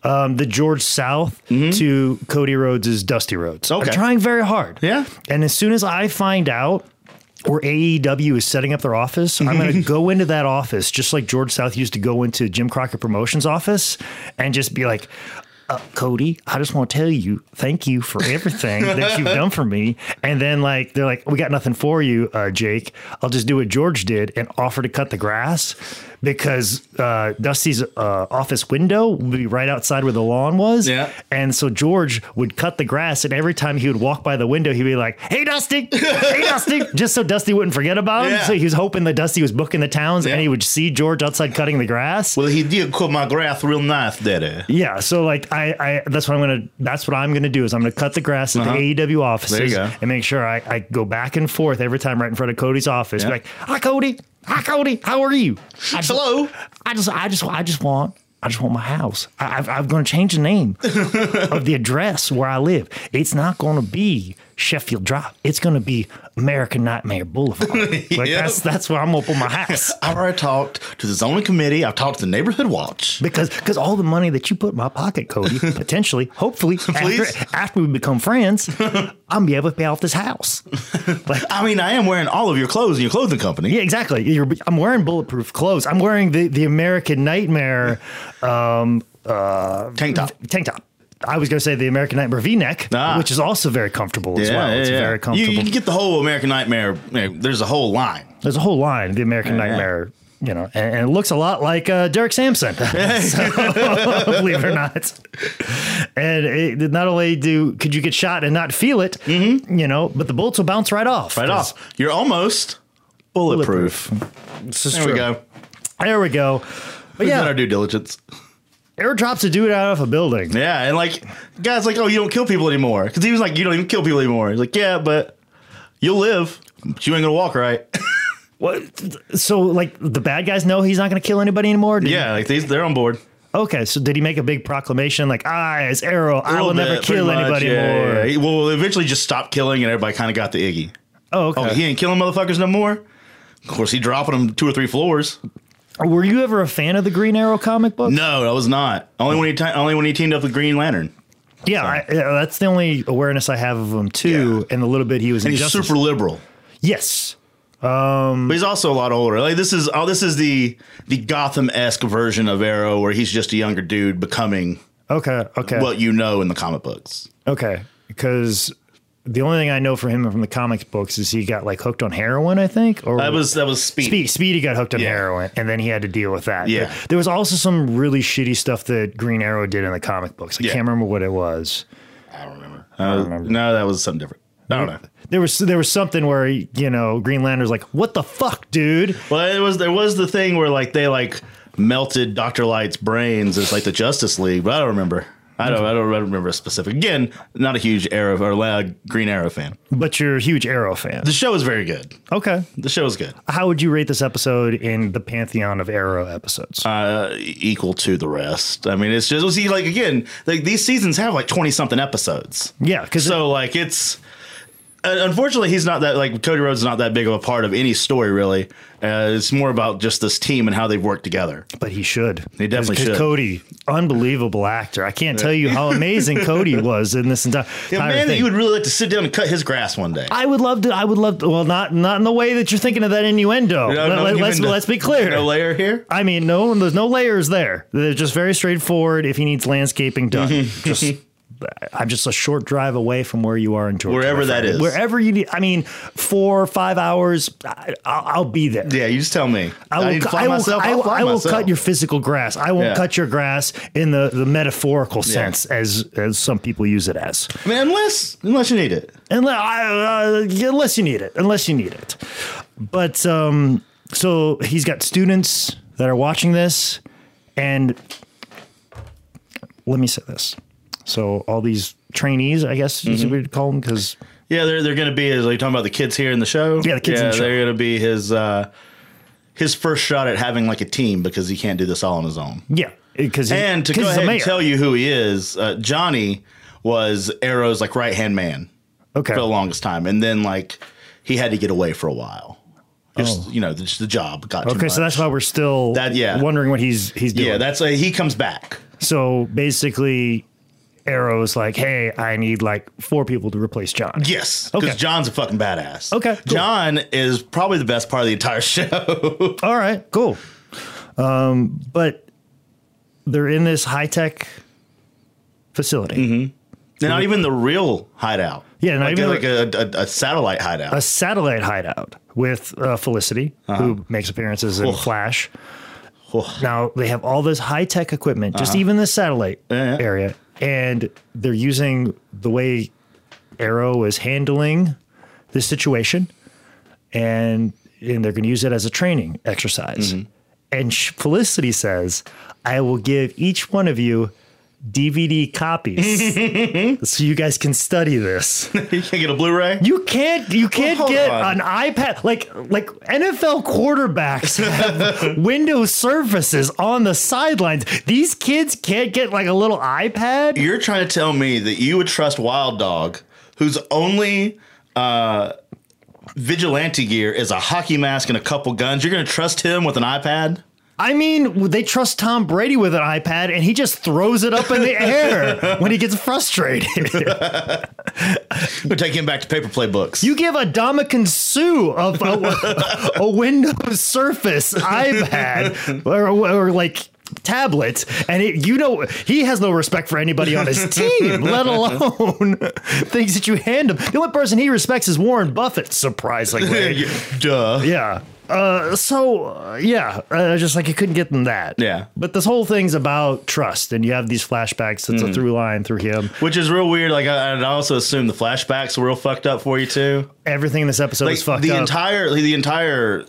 Speaker 2: um, the George South to Cody Rhodes' Dusty Rhodes.
Speaker 3: Mm-hmm. Okay.
Speaker 2: I'm trying very hard.
Speaker 3: Yeah.
Speaker 2: And as soon as I find out where AEW is setting up their office, I'm going to go into that office just like George South used to go into Jim Crockett Promotions office and just be like. Uh, Cody, I just want to tell you, thank you for everything that you've done for me. And then, like, they're like, we got nothing for you, uh, Jake. I'll just do what George did and offer to cut the grass because uh, Dusty's uh, office window would be right outside where the lawn was.
Speaker 3: Yeah.
Speaker 2: And so George would cut the grass, and every time he would walk by the window, he'd be like, "Hey, Dusty! Hey, Dusty!" Just so Dusty wouldn't forget about him.
Speaker 3: Yeah.
Speaker 2: So he was hoping that Dusty was booking the towns,
Speaker 3: Yeah.
Speaker 2: and he would see George outside cutting the grass.
Speaker 3: Well, he did cut my grass real nice, daddy.
Speaker 2: yeah, so like I, I, that's what I'm gonna, that's what I'm gonna do is I'm gonna cut the grass at
Speaker 3: Uh-huh.
Speaker 2: the AEW offices
Speaker 3: There you go.
Speaker 2: and make sure I, I go back and forth every time right in front of Cody's office. Be
Speaker 3: Yeah.
Speaker 2: like, hi Cody, hi Cody, how are you? I just-
Speaker 3: Hello.
Speaker 2: I just, I just, I just want, I just want my house. I, I, I'm going to change the name of the address where I live. It's not going to be Sheffield Drive. It's going to be American Nightmare Boulevard. Like that's that's where I'm going to put my house
Speaker 3: I've already talked to the zoning committee. I've talked to the neighborhood watch.
Speaker 2: because because all the money that you put in my pocket, Cody, potentially, hopefully, after,
Speaker 3: Please?
Speaker 2: after we become friends, I'm gonna be able to pay off this house. Like.
Speaker 3: I mean, I am wearing all of your clothes in your clothing company.
Speaker 2: Yeah, exactly. You're, I'm wearing bulletproof clothes. I'm wearing the, the American Nightmare um, uh,
Speaker 3: Tank top.
Speaker 2: tank top. I was going to say the American Nightmare V-neck,
Speaker 3: Ah.
Speaker 2: which is also very comfortable as well. it's very
Speaker 3: You,
Speaker 2: comfortable.
Speaker 3: you can get the whole American Nightmare. you know, there's a whole line.
Speaker 2: There's a whole line, the American Nightmare, you know, and, and it looks a lot like uh, Derek Sampson, So, believe it or not. And it, not only do could you get shot and not feel it, you know, but the bullets will bounce right off.
Speaker 3: Mm-hmm. Right off. You're almost bulletproof. There we go.
Speaker 2: There we go. But
Speaker 3: We've done
Speaker 2: yeah,
Speaker 3: our due diligence.
Speaker 2: airdrops to do it out of a building.
Speaker 3: Yeah, and like guys, like, oh, you don't kill people anymore because he was like, you don't even kill people anymore. He's like, yeah, but you'll live. But you ain't gonna walk right.
Speaker 2: What? So, like, the bad guys know he's not going to kill anybody anymore? Did-
Speaker 3: yeah, like these, they're on board.
Speaker 2: Okay, so did he make a big proclamation like, I, as Arrow, I will
Speaker 3: Little
Speaker 2: never
Speaker 3: bit,
Speaker 2: kill
Speaker 3: pretty much,
Speaker 2: anybody
Speaker 3: yeah,
Speaker 2: more?
Speaker 3: yeah, yeah. He- Well, eventually just stopped killing, and everybody kind of got the Iggy.
Speaker 2: Oh, okay.
Speaker 3: Oh, he ain't killing motherfuckers no more. Of course, he dropping them two or three floors.
Speaker 2: Were you ever a fan of the Green Arrow comic book?
Speaker 3: No, I was not. Only when he ti only when he teamed up with Green Lantern.
Speaker 2: Yeah, I, yeah, that's the only awareness I have of him too, and the little bit he was
Speaker 3: And
Speaker 2: in
Speaker 3: he's
Speaker 2: Justice.
Speaker 3: super liberal.
Speaker 2: yes,
Speaker 3: But he's also a lot older. Like this is oh, this is the the Gotham esque version of Arrow, where he's just a younger dude becoming
Speaker 2: okay, okay,
Speaker 3: what you know in the comic books.
Speaker 2: okay, because the only thing I know for him from the comic books is he got like hooked on heroin, I think, or
Speaker 3: That was that was speed.
Speaker 2: Speedy, Speedy got hooked on
Speaker 3: Yeah.
Speaker 2: heroin, and then he had to deal with that.
Speaker 3: Yeah.
Speaker 2: But there was also some really shitty stuff that Green Arrow did in the comic books. I
Speaker 3: Yeah.
Speaker 2: can't remember what it was.
Speaker 3: I don't remember. Mm-hmm. Uh, No, that was something different. I don't know.
Speaker 2: There was there was something where you know Green Lantern's like, "What the fuck, dude?"
Speaker 3: Well, it was there was the thing where like they like melted Doctor Light's brains as like the Justice League, but I don't remember. I don't. I don't remember a specific. Again, not a huge Arrow or loud Green Arrow fan.
Speaker 2: But you're a huge Arrow fan.
Speaker 3: The show is very good.
Speaker 2: Okay,
Speaker 3: The show is good.
Speaker 2: how would you rate this episode in the pantheon of Arrow episodes?
Speaker 3: Uh, equal to the rest. I mean, it's just see like again, like these seasons have like twenty something episodes.
Speaker 2: yeah, because
Speaker 3: So like it's uh, unfortunately he's not that like Cody Rhodes is not that big of a part of any story really. Uh, it's more about just this team and how they've worked together.
Speaker 2: but he should.
Speaker 3: He definitely
Speaker 2: 'Cause- 'cause
Speaker 3: should.
Speaker 2: Cody, unbelievable actor. I can't tell you how amazing Cody was in this entire.
Speaker 3: Yeah,
Speaker 2: entire
Speaker 3: man, that
Speaker 2: thing.
Speaker 3: you would really like to sit down and cut his grass one day.
Speaker 2: I would love to. I would love to. Well, not not in the way that you're thinking of that innuendo.
Speaker 3: No, no
Speaker 2: let, us
Speaker 3: innuendo.
Speaker 2: let's be clear.
Speaker 3: No layer here.
Speaker 2: I mean, no, there's no layers there. They're just very straightforward. If he needs landscaping done,
Speaker 3: Mm-hmm.
Speaker 2: just I'm just a short drive away from where you are in Georgia,
Speaker 3: Wherever
Speaker 2: my
Speaker 3: that
Speaker 2: friend.
Speaker 3: is.
Speaker 2: Wherever you need. I mean, four or five hours. I, I'll, I'll be there.
Speaker 3: Yeah, you just tell me.
Speaker 2: I will,
Speaker 3: need to
Speaker 2: cu-
Speaker 3: fly
Speaker 2: I will,
Speaker 3: myself,
Speaker 2: I
Speaker 3: I'll
Speaker 2: will-
Speaker 3: fly
Speaker 2: I will
Speaker 3: myself.
Speaker 2: cut your physical grass. I won't
Speaker 3: Yeah.
Speaker 2: cut your grass in the, the metaphorical sense as, as some people use it as.
Speaker 3: I mean, unless unless you need it.
Speaker 2: Unless, uh, yeah, unless you need it, unless you need it. But um, so he's got students that are watching this, and let me say this. So all these trainees, I guess is what
Speaker 3: Mm-hmm.
Speaker 2: we'd call them, because
Speaker 3: Yeah, they're they're gonna be. Are you talking about the kids here in the show?
Speaker 2: Yeah, the kids in the show.
Speaker 3: They're gonna be his uh, his first shot at having like a team because he can't do this all on his own.
Speaker 2: yeah, because
Speaker 3: And to go ahead and tell you who he is, uh, Johnny was Arrow's like right hand man
Speaker 2: okay,
Speaker 3: for the longest time, and then like he had to get away for a while. Just you know, just the job got too
Speaker 2: Oh. okay, so
Speaker 3: much.
Speaker 2: that's why we're still
Speaker 3: That- yeah.
Speaker 2: wondering what he's he's doing.
Speaker 3: yeah, that's uh, he comes back.
Speaker 2: so basically, Arrow's like, hey, I need like four people to replace John.
Speaker 3: Yes, because
Speaker 2: Okay.
Speaker 3: John's a fucking badass.
Speaker 2: Okay, cool.
Speaker 3: John is probably the best part of the entire show.
Speaker 2: All right, cool. Um, but they're in this high tech facility,
Speaker 3: not even the real hideout.
Speaker 2: Yeah, not
Speaker 3: like,
Speaker 2: even
Speaker 3: like a, a, a satellite hideout.
Speaker 2: a satellite hideout with uh, Felicity,
Speaker 3: Uh-huh.
Speaker 2: who makes appearances in
Speaker 3: Oh.
Speaker 2: Flash.
Speaker 3: Oh.
Speaker 2: Now they have all this high tech equipment, just even the satellite
Speaker 3: Uh-huh. Yeah, yeah.
Speaker 2: area, and they're using the way Arrow is handling this situation, and and they're going to use it as a training exercise.
Speaker 3: Mm-hmm.
Speaker 2: And Sh- Felicity says, "I will give each one of you." DVD copies, so you guys can study this.
Speaker 3: you can't get a Blu-ray.
Speaker 2: You can't you can't
Speaker 3: hold
Speaker 2: get
Speaker 3: on.
Speaker 2: an iPad like like NFL quarterbacks have Windows surfaces on the sidelines. These kids can't get like a little iPad.
Speaker 3: You're trying to tell me that you would trust Wild Dog, whose only uh, vigilante gear is a hockey mask and a couple guns. You're going to trust him with an iPad?
Speaker 2: I mean, they trust Tom Brady with an iPad and he just throws it up in the air when he gets frustrated.
Speaker 3: We're taking him back to paper play books.
Speaker 2: You give a Dominican Sue a, a, a Windows Surface iPad or, or like tablet, and it, you know he has no respect for anybody on his team, let alone things that you hand him. The only person he respects is Warren Buffett, surprisingly.
Speaker 3: Yeah, Duh.
Speaker 2: yeah. Uh, so uh, yeah, uh, just like you couldn't get them that.
Speaker 3: Yeah.
Speaker 2: But this whole thing's about trust, and you have these flashbacks.
Speaker 3: Mm-hmm.
Speaker 2: It's a through line through him.
Speaker 3: Which is real weird. Like, I, I also assume the flashbacks were real fucked up for you too.
Speaker 2: Everything in this episode
Speaker 3: Like
Speaker 2: is fucked
Speaker 3: the
Speaker 2: up.
Speaker 3: entire the entire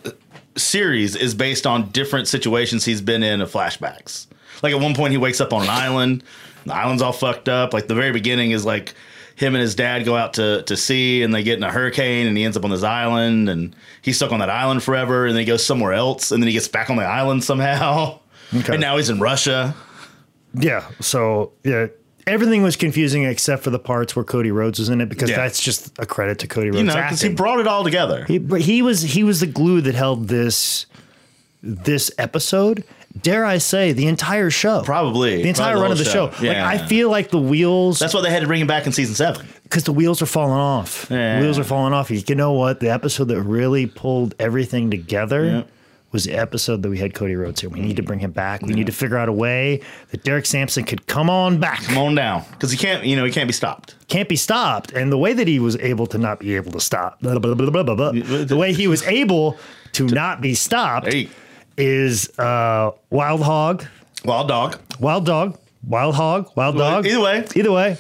Speaker 3: series is based on different situations he's been in of flashbacks. Like at one point he wakes up on an island, the island's all fucked up. Like the very beginning is like him and his dad go out to, to sea and they get in a hurricane and he ends up on this island and he's stuck on that island forever and then he goes somewhere else and then he gets back on the island somehow. And now he's in Russia.
Speaker 2: Yeah. So yeah, everything was confusing except for the parts where Cody Rhodes was in it because
Speaker 3: Yeah.
Speaker 2: that's just a credit to Cody Rhodes.
Speaker 3: You know, because he
Speaker 2: acting.
Speaker 3: brought it all together.
Speaker 2: He- but he was he was the glue that held this this episode. Dare I say the entire show?
Speaker 3: Probably.
Speaker 2: the entire
Speaker 3: Probably
Speaker 2: run of the
Speaker 3: whole
Speaker 2: show.
Speaker 3: Yeah.
Speaker 2: Like I feel like the wheels
Speaker 3: that's why they had to bring him back in season seven.
Speaker 2: because the wheels are falling off.
Speaker 3: Yeah.
Speaker 2: The wheels are falling off. You know what? The episode that really pulled everything together was the episode that we had Cody Rhodes here. We need to bring him back. We need to figure out a way that Derek Sampson could come on back.
Speaker 3: Come on down, because he can't. You know, he can't be stopped.
Speaker 2: Can't be stopped. And the way that he was able to not be able to stop, blah, blah, blah, blah, blah, blah, the way he was able to not be stopped
Speaker 3: Hey.
Speaker 2: is uh, Wild Hog,
Speaker 3: Wild dog,
Speaker 2: Wild Dog, Wild Hog, Wild Dog.
Speaker 3: either way.
Speaker 2: Either way.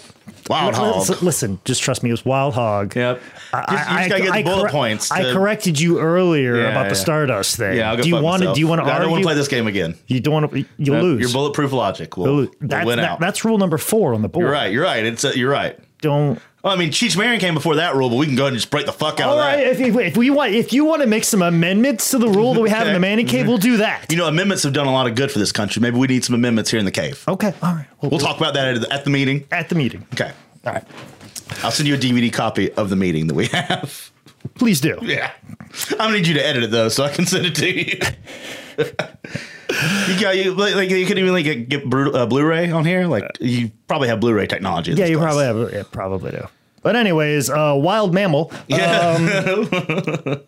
Speaker 3: wild
Speaker 2: L-
Speaker 3: hog.
Speaker 2: Listen, listen, just trust me. It was Wild Hog.
Speaker 3: Yep.
Speaker 2: I,
Speaker 3: Just- you just gotta get the bullet
Speaker 2: corre-
Speaker 3: points
Speaker 2: I
Speaker 3: to-
Speaker 2: corrected you earlier
Speaker 3: Yeah,
Speaker 2: about
Speaker 3: yeah.
Speaker 2: the Stardust thing.
Speaker 3: Yeah, I'll go
Speaker 2: do you
Speaker 3: fuck
Speaker 2: want to?
Speaker 3: myself.
Speaker 2: Do you want to
Speaker 3: I don't
Speaker 2: argue?
Speaker 3: want to play this game again.
Speaker 2: You don't want to. You
Speaker 3: Uh,
Speaker 2: lose.
Speaker 3: Your bulletproof logic will,
Speaker 2: You'll lose.
Speaker 3: will
Speaker 2: That's,
Speaker 3: win
Speaker 2: that-
Speaker 3: out.
Speaker 2: that's rule number four on the board.
Speaker 3: you're right. You're right. It's a, you're right.
Speaker 2: Don't.
Speaker 3: Well, I mean, Cheech Marin came before that rule, but we can go ahead and just break the fuck out
Speaker 2: All
Speaker 3: of that.
Speaker 2: right. If, if, if we want, if you want to make some amendments to the rule that we have in the
Speaker 3: Okay.
Speaker 2: Manning cave, we'll do that.
Speaker 3: You know, amendments have done a lot of good for this country. Maybe we need some amendments here in the cave.
Speaker 2: Okay. All right.
Speaker 3: We'll talk about that at the, at the meeting.
Speaker 2: at the meeting.
Speaker 3: Okay.
Speaker 2: All right.
Speaker 3: I'll send you a DVD copy of the meeting that we have.
Speaker 2: Please do.
Speaker 3: Yeah. I'm gonna need you to edit it though, so I can send it to you. you got you like, like you could even like get, get Blu- uh, Blu-ray on here. Like you probably have Blu-ray technology. in
Speaker 2: Yeah,
Speaker 3: this
Speaker 2: you
Speaker 3: place.
Speaker 2: probably have. Yeah, probably do. But anyways, uh, wild mammal Uh,
Speaker 3: Yeah.
Speaker 2: um,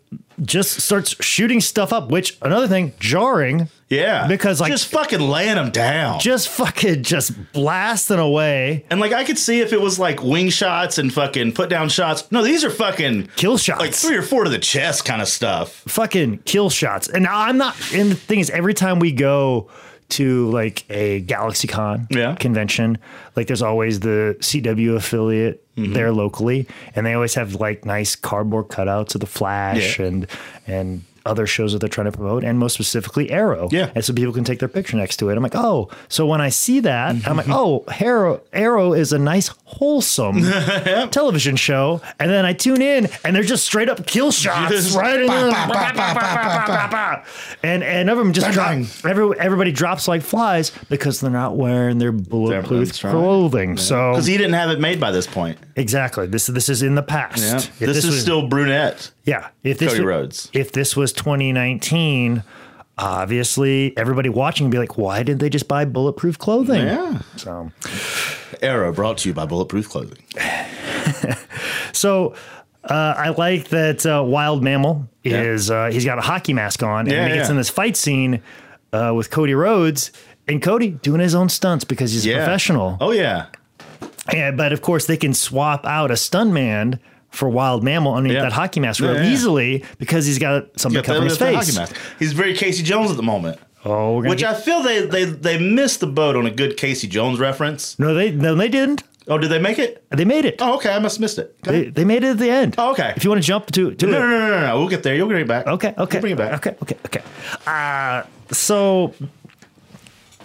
Speaker 2: just starts shooting stuff up. Which another thing, jarring.
Speaker 3: yeah.
Speaker 2: because, like-
Speaker 3: just fucking laying them down.
Speaker 2: Just fucking just blasting away.
Speaker 3: and like I could see if it was like wing shots and fucking put down shots. No, these are fucking
Speaker 2: Kill shots.
Speaker 3: Like three or four to the chest kind of stuff.
Speaker 2: fucking kill shots. And I'm not. And the thing is, every time we go to like a GalaxyCon
Speaker 3: Yeah.
Speaker 2: convention, like there's always the CW affiliate
Speaker 3: Mm-hmm.
Speaker 2: there locally, and they always have like nice cardboard cutouts of the Flash
Speaker 3: Yeah.
Speaker 2: and and other shows that they're trying to promote, and most specifically Arrow.
Speaker 3: Yeah.
Speaker 2: and so people can take their picture next to it. I'm like, oh, so when I see that, I'm
Speaker 3: Mm-hmm.
Speaker 2: like, oh, Arrow, Arrow is a nice wholesome television show, and then I tune in, and they're just straight up kill shots
Speaker 3: Just
Speaker 2: right in
Speaker 3: bah,
Speaker 2: the-
Speaker 3: bah, bah, bah,
Speaker 2: and and of them just
Speaker 3: Bang,
Speaker 2: drop,
Speaker 3: bang.
Speaker 2: every, everybody drops like flies because they're not wearing their bulletproof
Speaker 3: That's right.
Speaker 2: clothing. So
Speaker 3: Because he didn't have it made by this point.
Speaker 2: exactly, this this is in the past. If
Speaker 3: This, is
Speaker 2: was-
Speaker 3: still brunette.
Speaker 2: yeah. If this
Speaker 3: Cody
Speaker 2: wa-
Speaker 3: Rhodes.
Speaker 2: if this was 2019. Obviously, everybody watching would be like, "Why did they just buy bulletproof clothing?"
Speaker 3: Yeah.
Speaker 2: So,
Speaker 3: Arrow brought to you by Bulletproof Clothing.
Speaker 2: so uh, I like that uh, Wild Mammal
Speaker 3: Yeah.
Speaker 2: is uh, he's got a hockey mask on,
Speaker 3: Yeah,
Speaker 2: and he gets
Speaker 3: yeah.
Speaker 2: in this fight scene uh, with Cody Rhodes, and Cody doing his own stunts because he's a
Speaker 3: Yeah.
Speaker 2: professional.
Speaker 3: Oh, yeah.
Speaker 2: Yeah, but of course they can swap out a stuntman for Wild Mammal underneath
Speaker 3: Yeah.
Speaker 2: that hockey mask real
Speaker 3: Yeah, yeah.
Speaker 2: easily because he's got something
Speaker 3: Yeah,
Speaker 2: covering his
Speaker 3: that's my
Speaker 2: face.
Speaker 3: hockey mask. He's very Casey Jones at the moment.
Speaker 2: Oh, we're gonna
Speaker 3: Which
Speaker 2: get-
Speaker 3: I feel they, they they missed the boat on a good Casey Jones reference.
Speaker 2: no, they no they didn't.
Speaker 3: Oh, did they make it?
Speaker 2: They made it.
Speaker 3: Oh, okay. I must have missed it. Okay.
Speaker 2: They, they made it at the end.
Speaker 3: Oh, okay.
Speaker 2: If you want to jump to to
Speaker 3: no,
Speaker 2: it.
Speaker 3: no, no, no, no, no. We'll get there. You'll bring it back.
Speaker 2: Okay. Okay.
Speaker 3: You'll bring it back.
Speaker 2: Okay. Okay. Okay. Uh, so,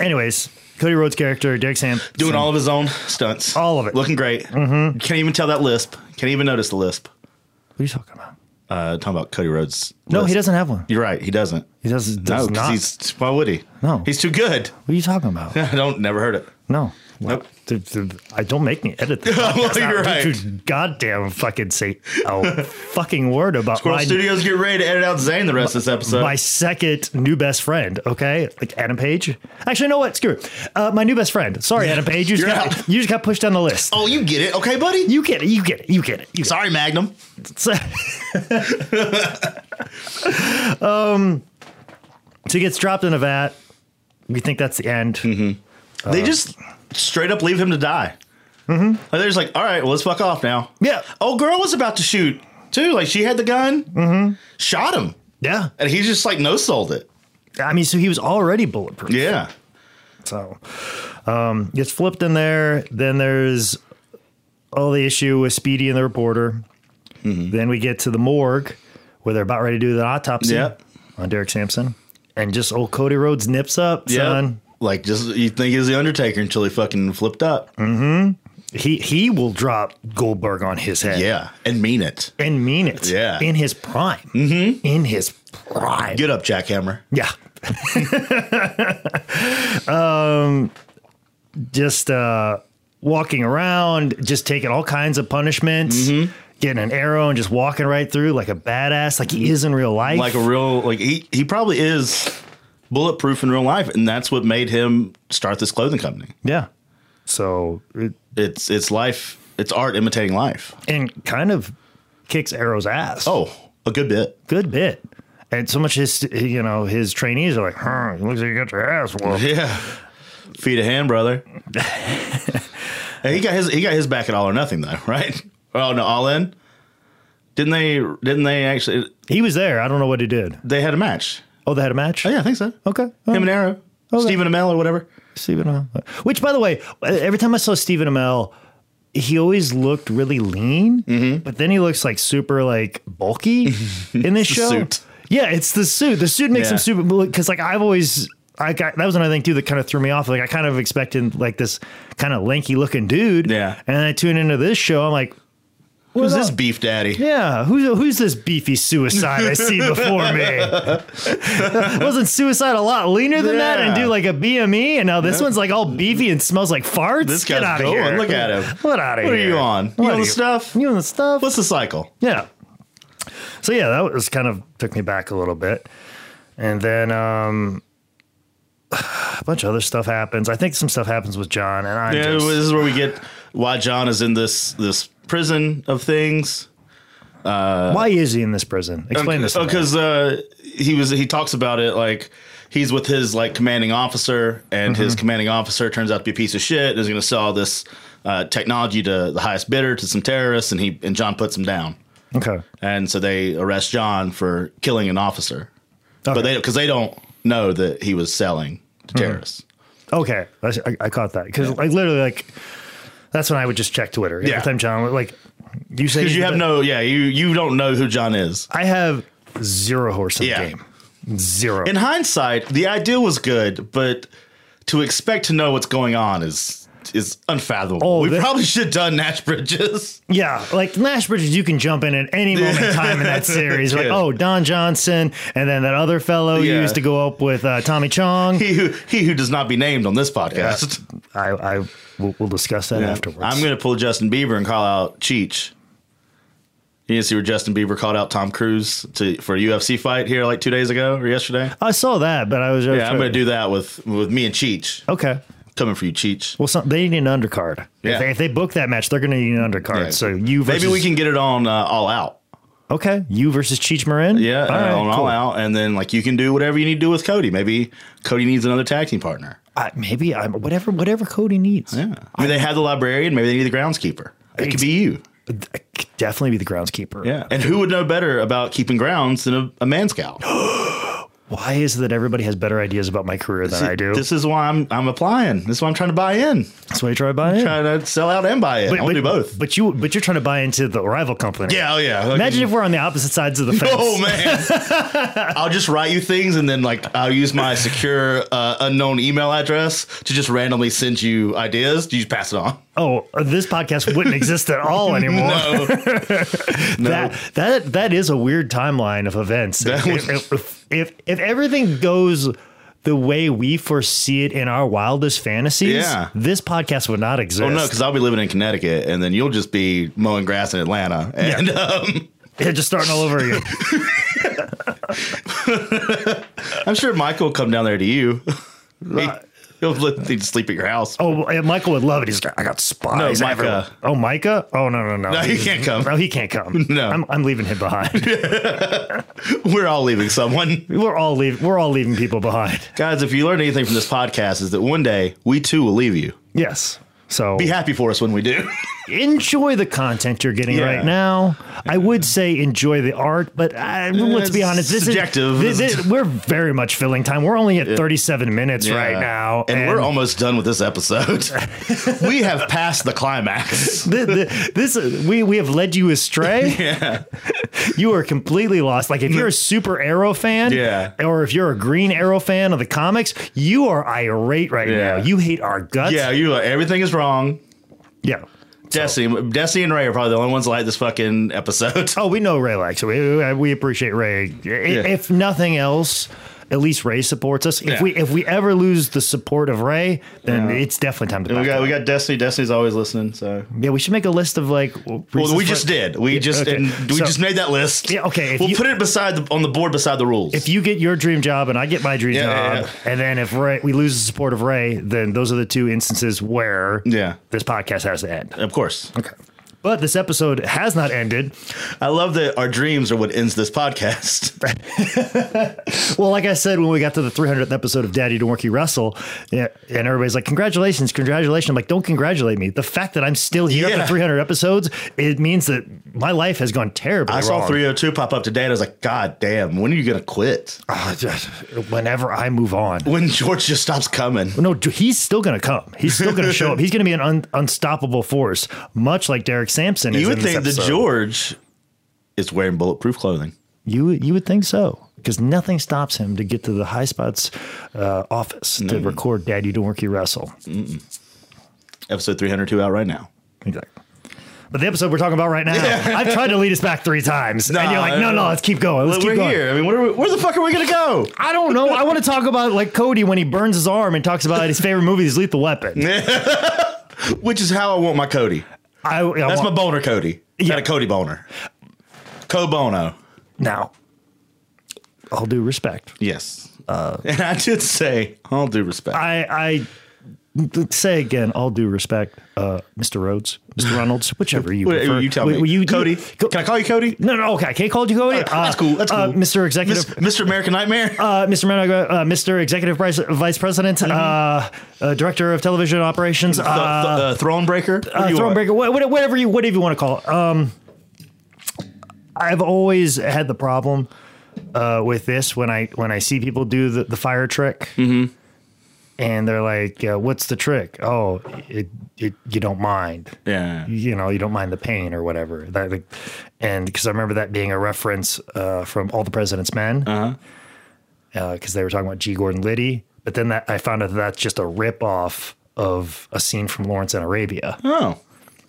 Speaker 2: anyways, Cody Rhodes' character, Derek Sam,
Speaker 3: Doing all of his own stunts.
Speaker 2: All of it.
Speaker 3: Looking great. Mm-hmm. Can't even tell that lisp. Can't even notice the lisp.
Speaker 2: What are you talking about?
Speaker 3: Uh, talking about Cody Rhodes.
Speaker 2: No, he
Speaker 3: lisp.
Speaker 2: doesn't have one.
Speaker 3: You're right. He doesn't.
Speaker 2: He does, does
Speaker 3: No,
Speaker 2: not.
Speaker 3: because he's why would he?
Speaker 2: No.
Speaker 3: he's too good.
Speaker 2: what are you talking about?
Speaker 3: I don't never heard it.
Speaker 2: No.
Speaker 3: Nope.
Speaker 2: Th- th- I don't make me edit this.
Speaker 3: Well,
Speaker 2: podcast
Speaker 3: you're
Speaker 2: out.
Speaker 3: right.
Speaker 2: Dude, goddamn fucking say a fucking word about
Speaker 3: Squirrel
Speaker 2: my,
Speaker 3: Studios get ready to edit out Zane the rest of this episode.
Speaker 2: my second new best friend, okay? Like Adam Page. Actually, you know what? Screw it. Uh, my new best friend. Sorry, Adam Page. You just,
Speaker 3: You're
Speaker 2: got,
Speaker 3: out.
Speaker 2: you just got pushed down the list.
Speaker 3: oh, you get it, okay, buddy?
Speaker 2: You get it. You get it. You get it. You get
Speaker 3: Sorry, Magnum.
Speaker 2: it. So, um, um, so he gets dropped in a vat. We think that's the end.
Speaker 3: Mm-hmm.
Speaker 2: Uh,
Speaker 3: they just straight up leave him to die. Mm-hmm. they're just like, all right, well, let's fuck off now.
Speaker 2: Yeah.
Speaker 3: Old girl was about to shoot too. Like she had the gun, mm-hmm. shot him,
Speaker 2: Yeah.
Speaker 3: and he just like no sold it.
Speaker 2: I mean, so he was already bulletproof.
Speaker 3: Yeah.
Speaker 2: So um, gets flipped in there. Then there's all the issue with Speedy and the reporter.
Speaker 3: Mm-hmm.
Speaker 2: Then we get to the morgue where they're about ready to do the autopsy
Speaker 3: Yep.
Speaker 2: on Derek Sampson. And just old Cody Rhodes nips up,
Speaker 3: Yeah.
Speaker 2: son.
Speaker 3: Like just you think he's the Undertaker until he fucking flipped up.
Speaker 2: He he will drop Goldberg on his head.
Speaker 3: Yeah, and mean it.
Speaker 2: And mean it.
Speaker 3: Yeah.
Speaker 2: In his prime. Mm-hmm. In his prime.
Speaker 3: Get up, Jackhammer.
Speaker 2: Yeah. um, just uh, walking around, just taking all kinds of punishments,
Speaker 3: Mm-hmm.
Speaker 2: getting an arrow and just walking right through like a badass, like he is in real life.
Speaker 3: like a real like he he probably is bulletproof in real life and that's what made him start this clothing company
Speaker 2: yeah. So it,
Speaker 3: it's it's life it's art imitating life
Speaker 2: and kind of kicks Arrow's ass.
Speaker 3: oh a good bit
Speaker 2: good bit. And so much his, you know, his trainees are like, huh, it looks like you got your ass whooped.
Speaker 3: Yeah. Feed a hand, brother. Hey, he got his he got his back at all or nothing though, right? Oh no, all in. Didn't they? Didn't they actually?
Speaker 2: He was there. I don't know what he did.
Speaker 3: They had a match.
Speaker 2: Oh, they had a match?
Speaker 3: Oh, yeah, I think so.
Speaker 2: Okay. Oh,
Speaker 3: Him and Arrow,
Speaker 2: Okay.
Speaker 3: Stephen Amell or whatever.
Speaker 2: Stephen Amell. Which, by the way, every time I saw Stephen Amell, he always looked really lean,
Speaker 3: Mm-hmm.
Speaker 2: but then he looks like super like bulky in this show.
Speaker 3: suit.
Speaker 2: Yeah, it's the suit. The suit makes
Speaker 3: Yeah.
Speaker 2: him super because like I've always. I got, that was another thing too that kind of threw me off. Like I kind of expected like this kind of lanky looking dude.
Speaker 3: Yeah.
Speaker 2: And I tune into this show. I'm like,
Speaker 3: Who's
Speaker 2: Well,
Speaker 3: this
Speaker 2: no.
Speaker 3: beef daddy?
Speaker 2: yeah, who's who's this beefy suicide I see before me? Wasn't suicide a lot leaner than that and
Speaker 3: Yeah.
Speaker 2: do like a BME? And now this one's like all beefy and smells like farts.
Speaker 3: This
Speaker 2: Get
Speaker 3: guy's
Speaker 2: outta
Speaker 3: going.
Speaker 2: Here.
Speaker 3: Look at him.
Speaker 2: What out of here?
Speaker 3: What are you on? You
Speaker 2: What
Speaker 3: on
Speaker 2: are
Speaker 3: the stuff?
Speaker 2: You on the stuff?
Speaker 3: What's the cycle?
Speaker 2: yeah. So yeah, that was kind of took me back a little bit, and then um, a bunch of other stuff happens. I think some stuff happens with John, and I
Speaker 3: Yeah,
Speaker 2: just,
Speaker 3: this is where we get why John is in this this prison of things.
Speaker 2: why is he in this prison? Explain this. to me.
Speaker 3: because uh, he was he talks about it like he's with his like commanding officer, and
Speaker 2: Mm-hmm.
Speaker 3: his commanding officer turns out to be a piece of shit. And is going to sell this uh, technology to the highest bidder to some terrorists, and he and John puts him down,
Speaker 2: Okay.
Speaker 3: and so they arrest John for killing an officer, but
Speaker 2: Okay. Mm-hmm.
Speaker 3: they because they don't know that he was selling to terrorists.
Speaker 2: Okay, I, I- I caught that because like literally like that's when I would just check Twitter every
Speaker 3: Yeah.
Speaker 2: time John would, like you say
Speaker 3: Because you have no, yeah, you you don't know who John is.
Speaker 2: I have zero horse in
Speaker 3: Yeah.
Speaker 2: the game, zero.
Speaker 3: In hindsight, the idea was good, but to expect to know what's going on is is unfathomable.
Speaker 2: Oh,
Speaker 3: we
Speaker 2: that-
Speaker 3: probably should have done Nash Bridges.
Speaker 2: yeah, like Nash Bridges, you can jump in at any moment in time in that series. Like
Speaker 3: Yeah.
Speaker 2: oh Don Johnson, and then that other fellow you
Speaker 3: Yeah.
Speaker 2: used to go up with uh, Tommy Chong.
Speaker 3: He who he who does not be named on this podcast.
Speaker 2: I I we'll, we'll discuss that afterwards.
Speaker 3: I'm gonna pull Justin Bieber and call out Cheech. You didn't see where Justin Bieber called out Tom Cruise to for a UFC fight here like two days ago or yesterday?
Speaker 2: I saw that, but I was
Speaker 3: Yeah, I'm gonna do that with with me and Cheech.
Speaker 2: okay.
Speaker 3: Coming for you, Cheech.
Speaker 2: Well, some, they need an undercard.
Speaker 3: Yeah.
Speaker 2: If, they, if they book that match, they're going to need an undercard.
Speaker 3: Yeah.
Speaker 2: So you versus
Speaker 3: Maybe we can get it on uh, all out.
Speaker 2: Okay, you versus Cheech Marin.
Speaker 3: Yeah,
Speaker 2: All
Speaker 3: uh,
Speaker 2: right,
Speaker 3: on all
Speaker 2: cool.
Speaker 3: out, and then like you can do whatever you need to do with Cody. Maybe Cody needs another tag team partner.
Speaker 2: I, maybe I'm whatever whatever Cody needs.
Speaker 3: Yeah, I mean they have the librarian. Maybe they need the groundskeeper. It could be you.
Speaker 2: I could definitely be the groundskeeper.
Speaker 3: Yeah, and who would know better about keeping grounds than a, a man scout?
Speaker 2: Why is it that everybody has better ideas about my career than I do?
Speaker 3: This is why I'm I'm applying. This is why I'm trying to buy in,
Speaker 2: That's why you try to buy in.
Speaker 3: trying to sell out and buy in. I want to do both.
Speaker 2: But you but you're trying to buy into the rival company.
Speaker 3: yeah, oh yeah. Like-
Speaker 2: Imagine if we're on the opposite sides of the fence.
Speaker 3: Oh man! I'll just write you things, and then like I'll use my secure uh, unknown email address to just randomly send you ideas. You just pass it on.
Speaker 2: Oh, this podcast wouldn't exist at all anymore.
Speaker 3: No.
Speaker 2: That that that is a weird timeline of events. If, if, if if everything goes the way we foresee it in our wildest fantasies,
Speaker 3: Yeah.
Speaker 2: this podcast would not exist.
Speaker 3: Oh no, because I'll be living in Connecticut, and then you'll just be mowing grass in Atlanta. And um,
Speaker 2: Yeah, just starting all over again.
Speaker 3: I'm sure Michael will come down there to you. he, he'll let you sleep at your house.
Speaker 2: Oh, and Michael would love it. He's like, I got spies.
Speaker 3: No, Micah.
Speaker 2: everywhere." Oh, Micah? Oh, no, no, no.
Speaker 3: No, he can't come.
Speaker 2: No, he can't come.
Speaker 3: No.
Speaker 2: I'm, I'm leaving him behind.
Speaker 3: We're all leaving someone,
Speaker 2: we're all leaving. We're all leaving people behind.
Speaker 3: guys. If you learn anything from this podcast, is that one day we too will leave you.
Speaker 2: Yes. So
Speaker 3: Be happy for us when we do.
Speaker 2: enjoy the content you're getting
Speaker 3: Yeah.
Speaker 2: right now. I would say enjoy the art, but I, let's be honest. This
Speaker 3: subjective,
Speaker 2: is this,
Speaker 3: isn't
Speaker 2: this, We're very much filling time. We're only at 37 minutes right
Speaker 3: Yeah.
Speaker 2: now,
Speaker 3: and, we're almost done with this episode. we have passed the climax.
Speaker 2: Th- th- this we we have led you astray. you are completely lost. Like if you're a super Arrow fan,
Speaker 3: Mm. Yeah.
Speaker 2: or if you're a Green Arrow fan of the comics, you are irate right now.
Speaker 3: Yeah.
Speaker 2: You hate our guts.
Speaker 3: Yeah, you. everything is wrong.
Speaker 2: yeah.
Speaker 3: Destiny, Destiny, and Ray are probably the only ones that like this fucking episode.
Speaker 2: Oh, we know Ray likes it. We, we appreciate Ray. I- If nothing else, at least Ray supports us. If
Speaker 3: Yeah.
Speaker 2: we if we ever lose the support of Ray, then it's definitely time to.
Speaker 3: We
Speaker 2: back
Speaker 3: got,
Speaker 2: up.
Speaker 3: we got Destiny. Destiny's always listening. So
Speaker 2: yeah, we should make a list of like.
Speaker 3: Well,
Speaker 2: reasons
Speaker 3: we
Speaker 2: for-
Speaker 3: just did. We just
Speaker 2: okay.
Speaker 3: and we
Speaker 2: So-
Speaker 3: just made that list.
Speaker 2: Yeah, okay, if
Speaker 3: We'll
Speaker 2: you-
Speaker 3: put it beside the, on the board beside the rules.
Speaker 2: if you get your dream job and I get my dream
Speaker 3: Yeah, yeah,
Speaker 2: job, and then if Ray, we lose the support of Ray, then those are the two instances where
Speaker 3: Yeah.
Speaker 2: this podcast has to end.
Speaker 3: of course.
Speaker 2: Okay. But this episode has not ended.
Speaker 3: I love that our dreams are what ends this podcast.
Speaker 2: Well, like I said, when we got to the 300th episode of Daddy Don't Worky Wrestle, yeah, and everybody's like, congratulations, congratulations. I'm like, don't congratulate me. The fact that I'm still here
Speaker 3: Yeah.
Speaker 2: after 300 episodes, it means that my life has gone terribly
Speaker 3: I saw
Speaker 2: wrong.
Speaker 3: 302 pop up today and I was like, God damn, when are you going to quit?
Speaker 2: Ah, just- Whenever I move on.
Speaker 3: When George just stops coming.
Speaker 2: No, d- he's still going to come. He's still going to show up. He's going to be an un- unstoppable force, much like Derek Sampson. is
Speaker 3: You would
Speaker 2: in this
Speaker 3: think that
Speaker 2: episode.
Speaker 3: George is wearing bulletproof clothing.
Speaker 2: You would- you would think so because nothing stops him to get to the High Spots uh, office to
Speaker 3: Mm-hmm.
Speaker 2: record Daddy Don't Work You Wrestle.
Speaker 3: Episode 302 out right now.
Speaker 2: Exactly. But the episode we're talking about right now, I've tried to lead us back three times, and
Speaker 3: Nah,
Speaker 2: you're like, no, no, let's keep going. Oh, Let's
Speaker 3: But
Speaker 2: keep
Speaker 3: we're
Speaker 2: going.
Speaker 3: here. I mean, where, are we- where the fuck are we going to go?
Speaker 2: I don't know. I want to talk about like Cody when he burns his arm and talks about his favorite movie is Lethal Weapon.
Speaker 3: Which is how I want my Cody.
Speaker 2: I, I
Speaker 3: That's
Speaker 2: want,
Speaker 3: my boner, Cody.
Speaker 2: Yeah.
Speaker 3: Got a Cody boner. Co bono.
Speaker 2: now. All due respect.
Speaker 3: Yes. Uh, and I did say, all due respect.
Speaker 2: I, I say again, all due respect, uh, Mr. Rhodes, Mr. Reynolds, whichever you
Speaker 3: Wait,
Speaker 2: prefer.
Speaker 3: you tell
Speaker 2: Will-
Speaker 3: me.
Speaker 2: will you-
Speaker 3: Cody,
Speaker 2: Co-
Speaker 3: can I call you Cody?
Speaker 2: no, no, okay. I can't call you Cody.
Speaker 3: that's cool. That's cool.
Speaker 2: Uh, Mr.
Speaker 3: Mis-
Speaker 2: Executive.
Speaker 3: Mr. American Nightmare?
Speaker 2: uh, Mr. Managa, uh, Mr. Executive Vice, Vice President, uh, uh, Director of Television Operations,
Speaker 3: Th- th-
Speaker 2: uh,
Speaker 3: uh, Thronebreaker? What
Speaker 2: uh,
Speaker 3: do you want?
Speaker 2: Thronebreaker, wha- what- whatever you whatever you want to call it. Um, I've always had the problem uh, with this when I when I see people do the, the fire trick, and they're like, uh, "What's the trick?" Oh, it, it you don't mind
Speaker 3: Yeah.
Speaker 2: you know, you don't mind the pain or whatever. That, like, and because I remember that being a reference uh, from All the President's Men, because they were talking about G. Gordon Liddy. But then that I found out that that's just a ripoff of a scene from Lawrence and Arabia.
Speaker 3: Oh.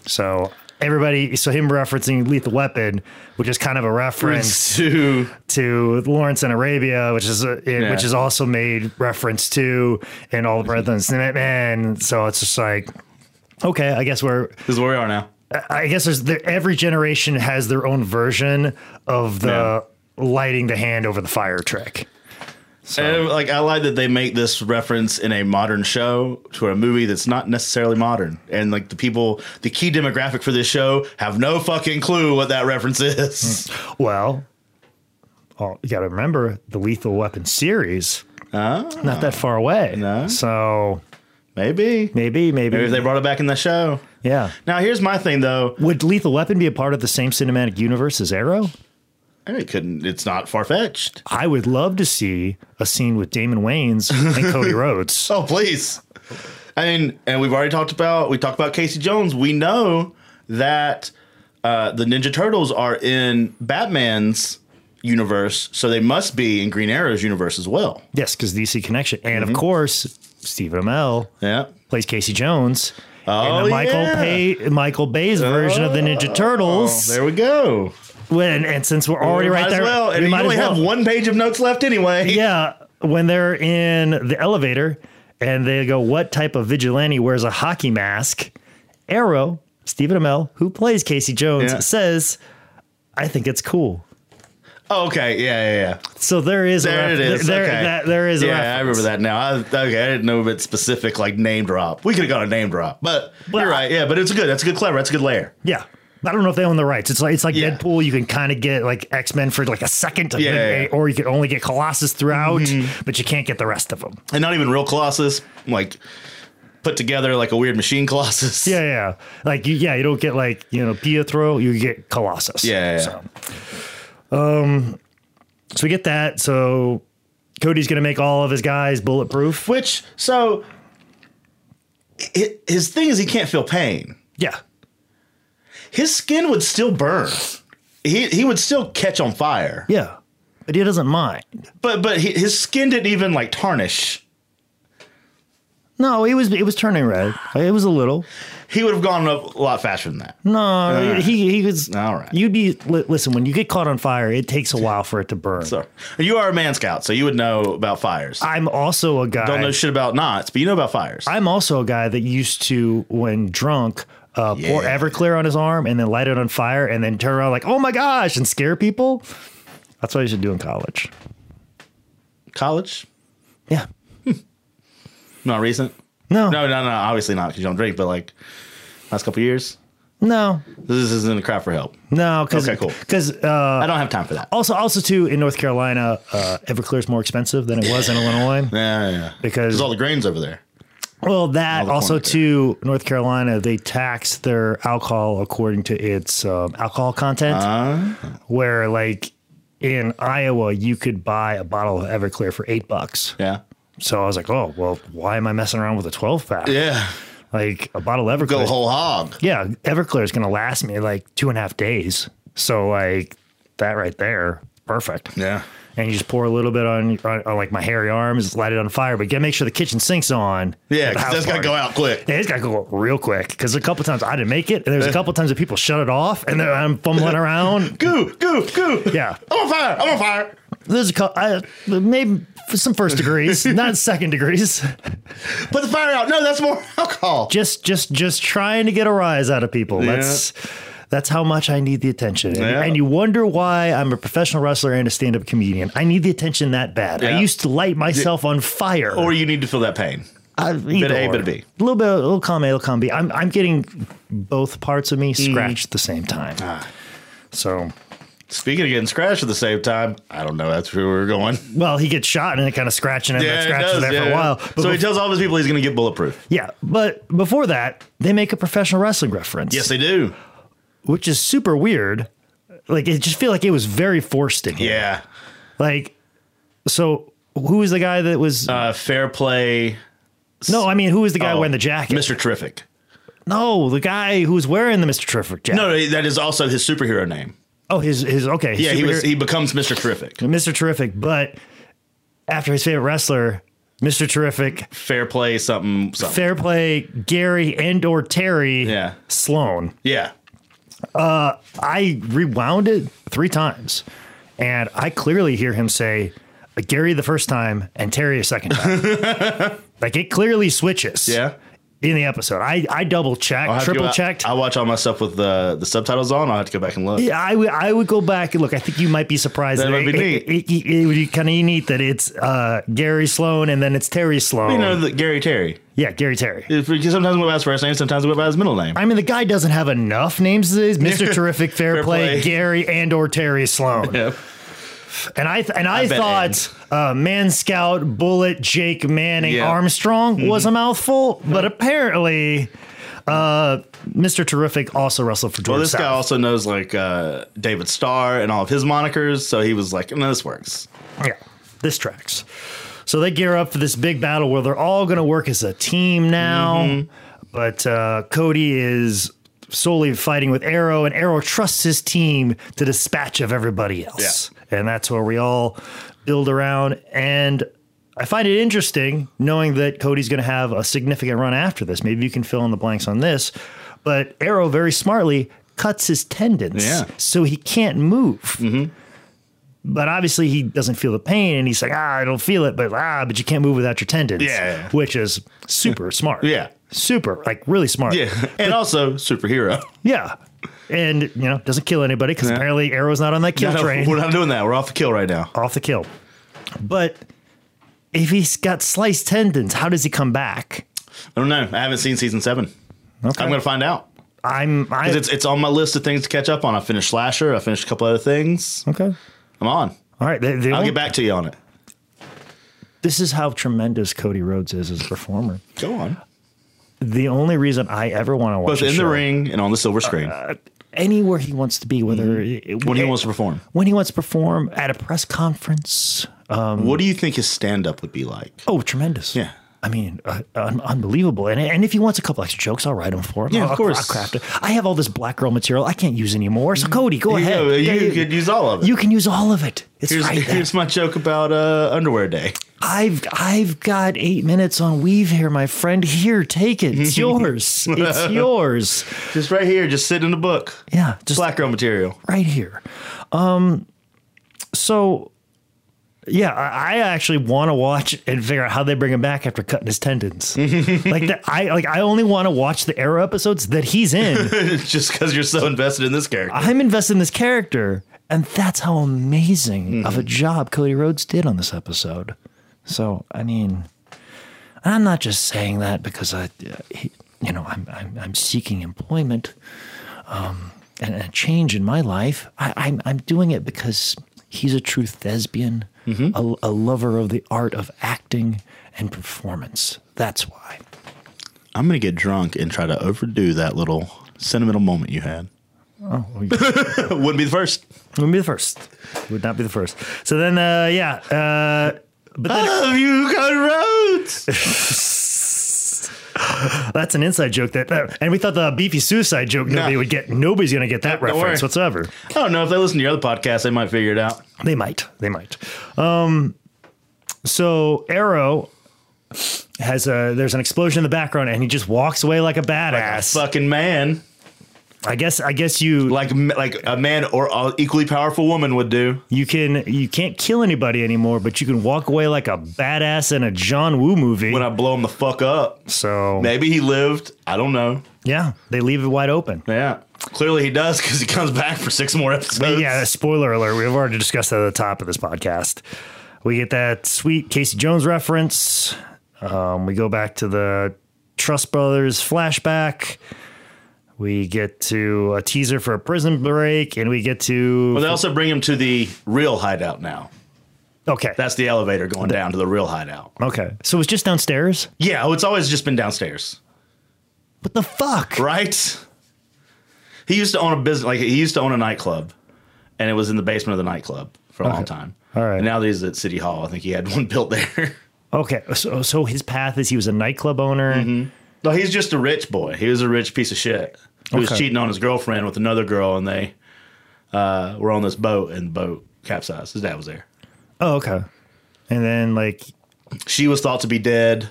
Speaker 2: So everybody, so him referencing Lethal Weapon, which is kind of a reference
Speaker 3: Into
Speaker 2: to Lawrence and Arabia, which is uh, it,
Speaker 3: Yeah.
Speaker 2: which is also made reference to in All the President's Men. So it's just like, okay, I guess we're
Speaker 3: this is where we are now.
Speaker 2: I guess there's the, every generation has their own version of the lighting the hand over the fire trick.
Speaker 3: And, like I like that they make this reference in a modern show to a movie that's not necessarily modern, and like the people, the key demographic for this show have no fucking clue what that reference is.
Speaker 2: Well, oh, you got to remember the Lethal Weapon series, not that far away.
Speaker 3: No.
Speaker 2: So
Speaker 3: Maybe,
Speaker 2: maybe,
Speaker 3: maybe
Speaker 2: maybe,
Speaker 3: if they brought it back in the show.
Speaker 2: yeah.
Speaker 3: Now here's my thing though.
Speaker 2: Would Lethal Weapon be a part of the same cinematic universe as Arrow?
Speaker 3: I mean, It couldn't. It's not far fetched.
Speaker 2: I would love to see a scene with Damon Wayans and Cody Rhodes.
Speaker 3: Oh please. I mean, and we've already talked about we talked about Casey Jones. We know that uh, the Ninja Turtles are in Batman's universe, so they must be in Green Arrow's universe as well.
Speaker 2: Yes, because DC connection, and
Speaker 3: Mm-hmm.
Speaker 2: of course Stephen Amell.
Speaker 3: Yeah.
Speaker 2: plays Casey Jones in
Speaker 3: Oh,
Speaker 2: the Michael
Speaker 3: yeah. Oh,
Speaker 2: Pay, Michael Bay's version of the Ninja Turtles.
Speaker 3: There we go.
Speaker 2: when and since we're already
Speaker 3: We
Speaker 2: right
Speaker 3: might
Speaker 2: there,
Speaker 3: As well.
Speaker 2: we
Speaker 3: And you
Speaker 2: might as
Speaker 3: only have
Speaker 2: well.
Speaker 3: one page of notes left anyway.
Speaker 2: Yeah, when they're in the elevator and they go, "What type of vigilante wears a hockey mask?" Arrow Stephen Amell, who plays Casey Jones,
Speaker 3: Yeah.
Speaker 2: says, "I think it's cool."
Speaker 3: Oh, okay. Yeah, yeah, yeah.
Speaker 2: So there is
Speaker 3: There
Speaker 2: a
Speaker 3: it
Speaker 2: ref-
Speaker 3: is.
Speaker 2: There,
Speaker 3: okay.
Speaker 2: that, there is.
Speaker 3: Yeah,
Speaker 2: a
Speaker 3: I
Speaker 2: reference.
Speaker 3: remember that now. I, okay, I didn't know if it's specific, like name drop. We could have got a name drop, but
Speaker 2: Well,
Speaker 3: you're right. Yeah, but it's good. That's a good clever. That's a good layer.
Speaker 2: Yeah. I don't know if they own the rights. It's like it's like
Speaker 3: Yeah.
Speaker 2: Deadpool. You can kind of get like X Men for like a second, eh,
Speaker 3: Yeah, yeah, Mm-hmm. yeah.
Speaker 2: or you can only get Colossus throughout, but you can't get the rest of them.
Speaker 3: And not even real Colossus, like put together like a weird machine Colossus.
Speaker 2: Yeah, yeah. Like you, yeah, you don't get like you know Pietro. You get Colossus.
Speaker 3: Yeah, yeah,
Speaker 2: So, um, so we get that. So Cody's gonna make all of his guys bulletproof.
Speaker 3: Which so hi- his thing is he can't feel pain.
Speaker 2: Yeah.
Speaker 3: His skin would still burn. He he would still catch on fire.
Speaker 2: Yeah. But he doesn't mind.
Speaker 3: But but he, his skin didn't even like tarnish.
Speaker 2: No, it was it was turning red. It was a little.
Speaker 3: He would have gone up a lot faster than that.
Speaker 2: No, he he was
Speaker 3: All right.
Speaker 2: You'd be li- listen when you get caught on fire. It takes a while for it to burn.
Speaker 3: So you are a man scout, so you would know about fires. I
Speaker 2: I'm also a guy.
Speaker 3: don't know shit about knots, but you know about fires.
Speaker 2: I'm also a guy that used to when drunk. Uh, Pour
Speaker 3: Yeah.
Speaker 2: Everclear on his arm and then light it on fire and then turn around like, oh my gosh, and scare people. That's what I should do in college.
Speaker 3: College,
Speaker 2: Yeah.
Speaker 3: not recent.
Speaker 2: No.
Speaker 3: No, no, no. Obviously not because you don't drink. But like last couple years,
Speaker 2: No,
Speaker 3: This isn't a cry for help.
Speaker 2: no, because
Speaker 3: Okay, cool.
Speaker 2: uh,
Speaker 3: I don't have time for that.
Speaker 2: also also too in North Carolina, uh, Everclear is more expensive than it was in Illinois.
Speaker 3: Yeah, yeah, yeah.
Speaker 2: Because-
Speaker 3: There's all the grains over there.
Speaker 2: Well, that
Speaker 3: the
Speaker 2: also
Speaker 3: corners
Speaker 2: too, North Carolina, they tax their alcohol according to its um, alcohol content.
Speaker 3: Ah.
Speaker 2: Where like in Iowa, you could buy a bottle of Everclear for eight bucks.
Speaker 3: Yeah.
Speaker 2: So I was like, oh well, why am I messing around with a twelve pack?
Speaker 3: Yeah.
Speaker 2: Like a bottle of Everclear.
Speaker 3: Go whole hog.
Speaker 2: yeah, Everclear is going to last me like two and a half days. So like that right there, perfect.
Speaker 3: Yeah.
Speaker 2: And you just pour a little bit on, on, on like my hairy arms, light it on fire, but you gotta make sure the kitchen sink's on.
Speaker 3: Yeah,
Speaker 2: Like,
Speaker 3: 'cause
Speaker 2: house
Speaker 3: that's got to
Speaker 2: party.
Speaker 3: go out quick.
Speaker 2: Yeah, it's got to go real quick because a couple times I didn't make it, and there's a couple times that people shut it off, and then I'm fumbling around.
Speaker 3: Goo, goo, goo.
Speaker 2: Yeah.
Speaker 3: I'm on fire. I'm on fire.
Speaker 2: There's a couple, I, maybe for some first degrees, not second degrees.
Speaker 3: Put the fire out. No, that's more alcohol.
Speaker 2: Just, just, just trying to get a rise out of people. That's that's how much I need the attention. And,
Speaker 3: Yeah.
Speaker 2: and you wonder why I'm a professional wrestler and a stand-up comedian. I need the attention that bad. I
Speaker 3: Yeah.
Speaker 2: used to light myself on fire.
Speaker 3: Or you need to feel that pain.
Speaker 2: I,
Speaker 3: of A, bit of B.
Speaker 2: A little bit, a little column A, little column B. I'm, I'm getting both parts of
Speaker 3: Mm.
Speaker 2: me scratched at the same time.
Speaker 3: Ah.
Speaker 2: So,
Speaker 3: Speaking of getting scratched at the same time, I don't know. That's where we're going.
Speaker 2: well, he gets shot and it kind of scratching him. that scratch was there for a while. But
Speaker 3: So he
Speaker 2: bef-
Speaker 3: tells all his people he's going to get bulletproof.
Speaker 2: yeah, but before that, they make a professional wrestling reference.
Speaker 3: Yes, they do.
Speaker 2: which is super weird. Like it just feel like it was very forced in here.
Speaker 3: Yeah.
Speaker 2: Like, so who was the guy that was?
Speaker 3: Uh, fair play,
Speaker 2: no, I mean, who was the guy
Speaker 3: oh,
Speaker 2: wearing the jacket?
Speaker 3: Mr. Terrific.
Speaker 2: No, the guy who was wearing the Mister Terrific jacket.
Speaker 3: No, no, that is also his superhero name.
Speaker 2: Oh, his his okay.
Speaker 3: Yeah, he was.
Speaker 2: superhero-
Speaker 3: He becomes Mr. Terrific.
Speaker 2: Mr. Terrific, but after his favorite wrestler, Mr. Terrific,
Speaker 3: Fair play, something, something.
Speaker 2: fair play, Gary and or Terry
Speaker 3: Yeah.
Speaker 2: Sloan.
Speaker 3: yeah.
Speaker 2: I rewound it three times, and I clearly hear him say Gary the first time and Terry a second time. like it clearly switches.
Speaker 3: Yeah.
Speaker 2: In the episode, I, I double
Speaker 3: I'll
Speaker 2: checked,
Speaker 3: have to go
Speaker 2: triple
Speaker 3: back-
Speaker 2: checked.
Speaker 3: I watch all my stuff with the the subtitles on. I'll have to go back and look.
Speaker 2: Yeah, I would I would go back and look. I think you might be surprised.
Speaker 3: That might
Speaker 2: it,
Speaker 3: be
Speaker 2: it, it, it- it would be kind of neat that it's uh, Gary Sloan and then it's Terry Sloan.
Speaker 3: You know, the, Gary Terry.
Speaker 2: yeah, Gary Terry.
Speaker 3: If- Because sometimes we went by his first name, sometimes we went by his middle name.
Speaker 2: I mean, the guy doesn't have enough names. These Mr. Terrific, Fair,
Speaker 3: Fair
Speaker 2: play,
Speaker 3: play.
Speaker 2: Gary, and or Terry Sloan.
Speaker 3: Yeah.
Speaker 2: And I th- and I,
Speaker 3: I bet
Speaker 2: thought uh, Man Scout, Bullet, Jake Manning,
Speaker 3: Yeah. Mm-hmm.
Speaker 2: Armstrong was a mouthful, but apparently, uh, Mr. Terrific also wrestled for Georgia
Speaker 3: Well, this
Speaker 2: South.
Speaker 3: guy also knows like uh, David Starr and all of his monikers, so he was like, "No, this works."
Speaker 2: Yeah, this tracks. So they gear up for this big battle where they're all going to work as a team now. But uh, Cody is solely fighting with Arrow, and Arrow trusts his team to dispatch of everybody else. And that's where we all build around. And I find it interesting knowing that Cody's going to have a significant run after this. Maybe you can fill in the blanks on this. But Arrow very smartly cuts his tendons
Speaker 3: Yeah.
Speaker 2: so he can't move but obviously he doesn't feel the pain and he's like ah i don't feel it but ah but you can't move without your tendons
Speaker 3: Yeah.
Speaker 2: which is super smart
Speaker 3: Yeah.
Speaker 2: super like really smart
Speaker 3: Yeah, and also superhero.
Speaker 2: yeah and you know doesn't kill anybody because apparently arrow's not on that kill
Speaker 3: No, no,
Speaker 2: train
Speaker 3: we're not doing that. We're off the kill right now.
Speaker 2: off the kill but if he's got sliced tendons how does he come back
Speaker 3: I don't know. I haven't seen season seven. I'm gonna find out.
Speaker 2: i'm i
Speaker 3: 'Cause It's it's on my list of things to catch up on. I finished Slasher. I finished a couple other things.
Speaker 2: okay
Speaker 3: I'm on.
Speaker 2: all right they, they
Speaker 3: I'll
Speaker 2: won't-
Speaker 3: get back to you on it.
Speaker 2: this is how tremendous cody rhodes is as a performer
Speaker 3: Go on.
Speaker 2: the only reason i ever want to watch
Speaker 3: Both
Speaker 2: a
Speaker 3: in
Speaker 2: show-
Speaker 3: the ring and on the silver screen
Speaker 2: anywhere he wants to be whether
Speaker 3: Mm-hmm. when he wants to perform.
Speaker 2: when he wants to perform at a press conference.
Speaker 3: what do you think his stand up would be like?
Speaker 2: Oh, tremendous.
Speaker 3: Yeah.
Speaker 2: I mean, uh, un- unbelievable. And, and if he wants a couple extra jokes, I'll write them for him.
Speaker 3: Yeah,
Speaker 2: I'll,
Speaker 3: of
Speaker 2: I'll-
Speaker 3: course.
Speaker 2: I'll craft it. I have all this black girl material I can't use anymore. So, Cody, go
Speaker 3: You,
Speaker 2: ahead.
Speaker 3: know,
Speaker 2: Yeah,
Speaker 3: you could use all of it.
Speaker 2: you can use all of it. It's
Speaker 3: here's,
Speaker 2: right there.
Speaker 3: here's my joke about uh, underwear day.
Speaker 2: I've I've got eight minutes on weave here, my friend. Here, take it. It's yours. it's yours.
Speaker 3: Just right here, just sitting in the book.
Speaker 2: Yeah, just
Speaker 3: Black girl material.
Speaker 2: right here. Um, so yeah, I, I actually want to watch and figure out how they bring him back after cutting his tendons. like that, I like I only want to watch the Arrow episodes that he's in.
Speaker 3: just because you're so invested in this character.
Speaker 2: I'm invested in this character, and that's how amazing of a job Cody Rhodes did on this episode. So I mean, and I'm not just saying that because I, uh, he, you know, I'm I'm, I'm seeking employment. and a change in my life. I, I'm I'm doing it because he's a true thespian, a, a lover of the art of acting and performance. That's why.
Speaker 3: I'm gonna get drunk and try to overdo that little sentimental moment you had.
Speaker 2: Oh, well, you-
Speaker 3: Wouldn't be the first.
Speaker 2: wouldn't be the first. Would not be the first. So then, uh, yeah. Uh, but then
Speaker 3: Love Oh, you, Cody Rhodes.
Speaker 2: that's an inside joke that, that- and we thought the beefy suicide joke nobody
Speaker 3: No.
Speaker 2: would get. Nobody's gonna get that
Speaker 3: Don't worry.
Speaker 2: reference whatsoever.
Speaker 3: I don't know if they listen to your other podcast, they might figure it out.
Speaker 2: They might. They might. Um, so Arrow has a there's an explosion in the background, and he just walks away like a badass.
Speaker 3: Fucking man,
Speaker 2: I guess. I guess you
Speaker 3: like like a man or a equally powerful woman would do.
Speaker 2: you can you can't kill anybody anymore, but you can walk away like a badass in a John Woo movie.
Speaker 3: When I blow him the fuck up,
Speaker 2: so
Speaker 3: maybe he lived. I don't know.
Speaker 2: yeah, they leave it wide open.
Speaker 3: Yeah, clearly he does because he comes back for six more episodes.
Speaker 2: yeah, spoiler alert. We've already discussed that at the top of this podcast. We get that sweet Casey Jones reference. Um, we go back to the Trust Brothers flashback. We get to a teaser for a prison break, and we get to
Speaker 3: But they also bring him to the real hideout now.
Speaker 2: okay,
Speaker 3: That's the elevator going down to the real hideout.
Speaker 2: okay. So it's just downstairs.
Speaker 3: Yeah, oh, it's always just been downstairs,
Speaker 2: What the fuck?
Speaker 3: right? He used to own a business, like he used to own a nightclub, and it was in the basement of the nightclub for a long time.
Speaker 2: All right.
Speaker 3: And now that he's at City Hall. I think he had one built there.
Speaker 2: Okay, so so his path is he was a nightclub owner.
Speaker 3: Mm-hmm. no, he's just a rich boy. He was a rich piece of shit. He was
Speaker 2: Okay.
Speaker 3: cheating on his girlfriend with another girl, and they uh, were on this boat, and the boat capsized. His dad was there.
Speaker 2: Oh, okay. And then like
Speaker 3: She was thought to be dead.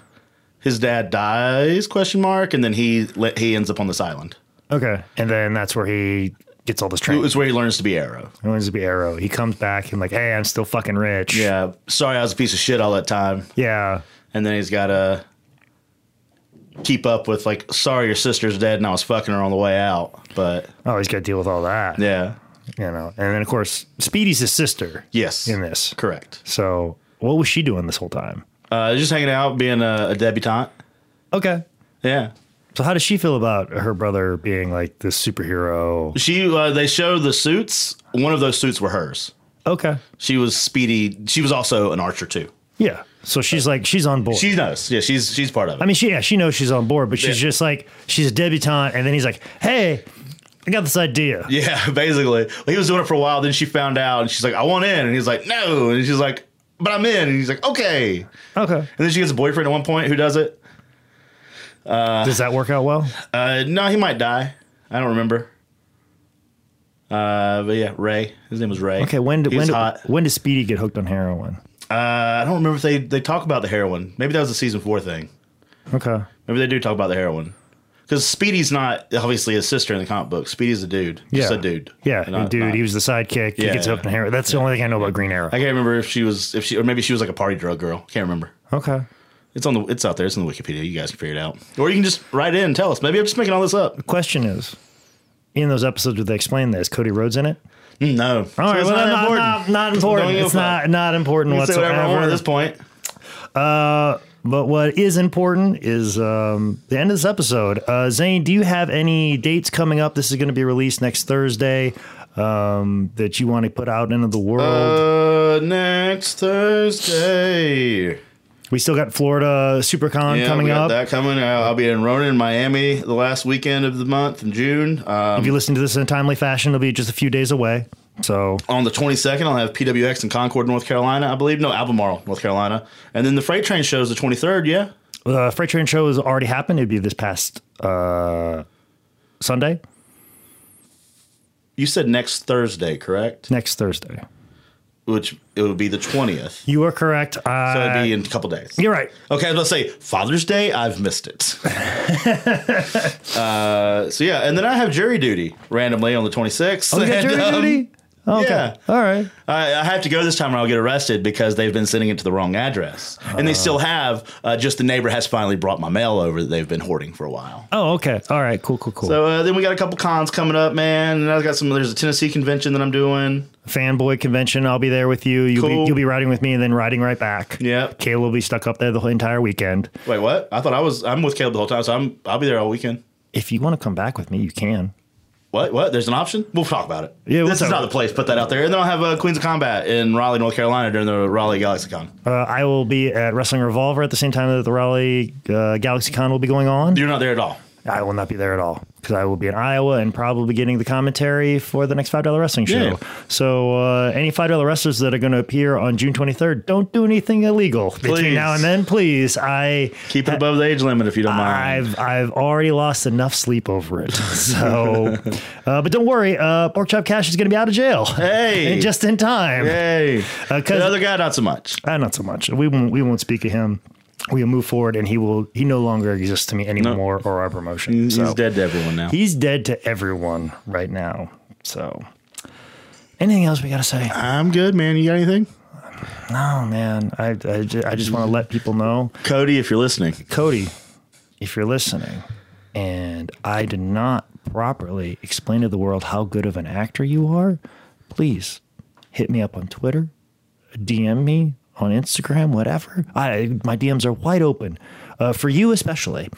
Speaker 3: His dad dies? Question mark. And then he let, he ends up on this island.
Speaker 2: okay, and then that's where he gets all this
Speaker 3: It
Speaker 2: training.
Speaker 3: was where he learns to be Arrow.
Speaker 2: It was be Arrow. He comes back and like, hey, I'm still fucking rich.
Speaker 3: Yeah. Sorry, I was a piece of shit all that time.
Speaker 2: Yeah.
Speaker 3: and then he's got to keep up with like sorry your sister's dead and i was fucking her on the way out but
Speaker 2: Oh, he's got to deal with all that.
Speaker 3: yeah
Speaker 2: You know. And then of course, Speedy's his sister.
Speaker 3: yes
Speaker 2: In this.
Speaker 3: correct
Speaker 2: So what was she doing this whole time?
Speaker 3: uh, just hanging out being a, a debutante
Speaker 2: Okay.
Speaker 3: yeah
Speaker 2: So how does she feel about her brother being like this superhero?
Speaker 3: she uh, they show the suits one of those suits were hers
Speaker 2: Okay.
Speaker 3: she was speedy she was also an archer too
Speaker 2: Yeah. So she's like she's on board.
Speaker 3: she knows yeah she's she's part of it
Speaker 2: I mean, she yeah, she knows she's on board, but she's
Speaker 3: Yeah.
Speaker 2: just like she's a debutante, and then he's like, "Hey, I got this idea."
Speaker 3: yeah basically he was doing it for a while then she found out and she's like i want in and he's like no and she's like but i'm in and he's like okay
Speaker 2: Okay.
Speaker 3: and then she gets a boyfriend at one point who does it
Speaker 2: Does that work out well?
Speaker 3: Uh, no, he might die. I don't remember. Uh, but yeah, Ray. His name was Ray.
Speaker 2: Okay. When did
Speaker 3: He
Speaker 2: when
Speaker 3: was
Speaker 2: did,
Speaker 3: hot.
Speaker 2: when does Speedy get hooked on heroin?
Speaker 3: Uh, I don't remember if they they talk about the heroin. Maybe that was a season four thing.
Speaker 2: Okay.
Speaker 3: Maybe they do talk about the heroin. Because Speedy's not obviously his sister in the comic book. Speedy's a dude. Just a dude.
Speaker 2: Yeah,
Speaker 3: Not-
Speaker 2: dude.
Speaker 3: not-
Speaker 2: he was the sidekick. he
Speaker 3: Yeah,
Speaker 2: gets
Speaker 3: yeah.
Speaker 2: hooked on heroin. That's the only thing I know about Green Arrow.
Speaker 3: I can't remember if she was if she or maybe she was like a party drug girl. Can't remember.
Speaker 2: Okay.
Speaker 3: It's on the it's out there. It's on the Wikipedia. You guys can figure it out, or you can just write in and tell us. Maybe I'm just making all this up.
Speaker 2: Question is, in those episodes where they explain this, Cody Rhodes in it?
Speaker 3: Mm, No,
Speaker 2: All right,
Speaker 3: it's
Speaker 2: well, not,
Speaker 3: not important.
Speaker 2: not, not important.
Speaker 3: Don't give a
Speaker 2: It's
Speaker 3: fuck.
Speaker 2: not not important
Speaker 3: You can say whatever I want
Speaker 2: whatsoever.
Speaker 3: at this point.
Speaker 2: But what is important is um, the end of this episode. Uh, Zane, do you have any dates coming up? This is going to be released next Thursday um, that you want to put out into the world.
Speaker 3: Uh, next Thursday.
Speaker 2: we still got Florida SuperCon
Speaker 3: Yeah,
Speaker 2: coming
Speaker 3: we got
Speaker 2: up.
Speaker 3: That coming. Uh, I'll be in Ronan, Miami, the last weekend of the month in June. Um,
Speaker 2: If you listen to this in a timely fashion, it'll be just a few days away. So
Speaker 3: on the 22nd, I'll have PWX in Concord, North Carolina, I believe. No, Albemarle, North Carolina. And then the freight train shows the 23rd. Yeah.
Speaker 2: the uh, freight train show has already happened. It'd be this past uh, Sunday,
Speaker 3: You said next Thursday, correct?
Speaker 2: next Thursday.
Speaker 3: Which it would be the 20th.
Speaker 2: You are correct.
Speaker 3: So
Speaker 2: Uh,
Speaker 3: it'd be in a couple days.
Speaker 2: you're right.
Speaker 3: Okay, I was about to say Father's Day. I've missed it. uh, so yeah, and then I have jury duty randomly on the 26th.
Speaker 2: Oh, you got
Speaker 3: And,
Speaker 2: jury
Speaker 3: um,
Speaker 2: duty? Okay.
Speaker 3: yeah.
Speaker 2: All right.
Speaker 3: I, I have to go this time or I'll get arrested because they've been sending it to the wrong address. and they still have, uh, just the neighbor has finally brought my mail over that they've been hoarding for a while.
Speaker 2: Oh, okay. All right. Cool, cool, cool.
Speaker 3: So uh, then we got a couple cons coming up, man. And I've got some, there's a Tennessee convention that I'm doing.
Speaker 2: fanboy convention. I'll be there with you. You'll
Speaker 3: Cool.
Speaker 2: be you'll be riding with me and then riding right back.
Speaker 3: Yep.
Speaker 2: Caleb will be stuck up there the whole entire weekend.
Speaker 3: Wait, what? I thought I was, I'm with Caleb the whole time, so I'm, I'll be there all weekend.
Speaker 2: If you want to come back with me, you can.
Speaker 3: What? What? There's an option? We'll talk about it.
Speaker 2: Yeah, we'll
Speaker 3: this
Speaker 2: talk
Speaker 3: is not
Speaker 2: about
Speaker 3: the place. to Put that out there. And then I'll have uh, Queens of Combat in Raleigh, North Carolina during the Raleigh GalaxyCon.
Speaker 2: Uh, I will be at Wrestling Revolver at the same time that the Raleigh uh, Galaxy Con will be going on.
Speaker 3: You're not there at all.
Speaker 2: I will not be there at all because I will be in Iowa and probably getting the commentary for the next five dollar wrestling show.
Speaker 3: Yeah.
Speaker 2: So uh, any five dollar wrestlers that are going to appear on June twenty third, don't do anything illegal between
Speaker 3: Please.
Speaker 2: now and then, please. I
Speaker 3: Keep it above the age limit if you don't mind.
Speaker 2: I've I've already lost enough sleep over it. So, uh, but don't worry, uh, Porkchop Cash is going to be out of jail.
Speaker 3: Hey.
Speaker 2: And just in time.
Speaker 3: Yay.
Speaker 2: Uh, 'cause-
Speaker 3: the other guy, not so much.
Speaker 2: Uh, not so much. We won't, we won't speak of him. We'll move forward, and he will. He no longer exists to me anymore or our promotion.
Speaker 3: He's
Speaker 2: so.
Speaker 3: dead to everyone now.
Speaker 2: He's dead to everyone right now. So, anything else we got to say?
Speaker 3: I'm good, man. You got anything?
Speaker 2: No, man. I, I, ju- I just want to let people know,
Speaker 3: Cody, if you're listening,
Speaker 2: Cody, if you're listening, and I did not properly explain to the world how good of an actor you are, please hit me up on Twitter, DM me on Instagram, whatever. I my DMs are wide open, uh, for you especially.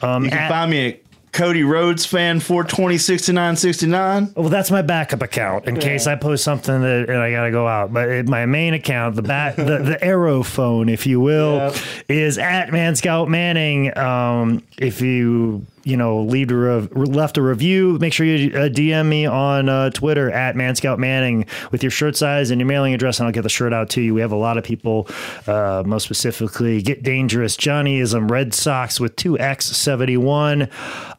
Speaker 2: Um,
Speaker 3: you can
Speaker 2: at-
Speaker 3: find me at Cody Rhodes fan 420 6969.
Speaker 2: Oh, Well, that's my backup account in case I post something that and I gotta go out. But it, my main account, the back, the, the arrow phone, if you will,
Speaker 3: Yep.
Speaker 2: is at Man Scout Manning. Um, if you you know leave a rev- left a review, make sure you uh, DM me on uh, Twitter at Man Scout Manning with your shirt size and your mailing address, and I'll get the shirt out to you. We have a lot of people, uh, most specifically, get dangerous Johnnyism, Red Sox with two X seventy one,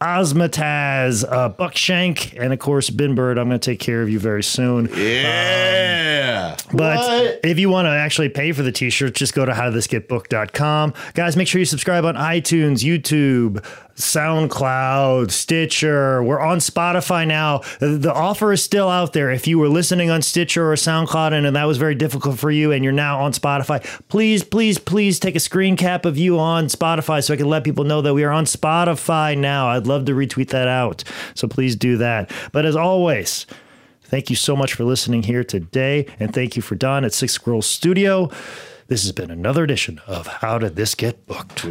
Speaker 2: Osmataz, uh, Buckshank, and of course Ben Bird. I'm going to take care of you very soon.
Speaker 3: Yeah.
Speaker 2: But
Speaker 3: What?
Speaker 2: if you want to actually pay for the t shirt, just go to howtothisgetbook.com. Guys, make sure you subscribe on iTunes, YouTube, SoundCloud, Stitcher. We're on Spotify now. The- The offer is still out there. If you were listening on Stitcher or SoundCloud and that was very difficult for you and you're now on Spotify, please, please, please take a screen cap of you on Spotify so I can let people know that we are on Spotify now. I'd love to retweet that out. So please do that. But as always, Thank you so much for listening here today, and thank you for Don at Six Squirrels Studio. This has been another edition of How Did This Get Booked?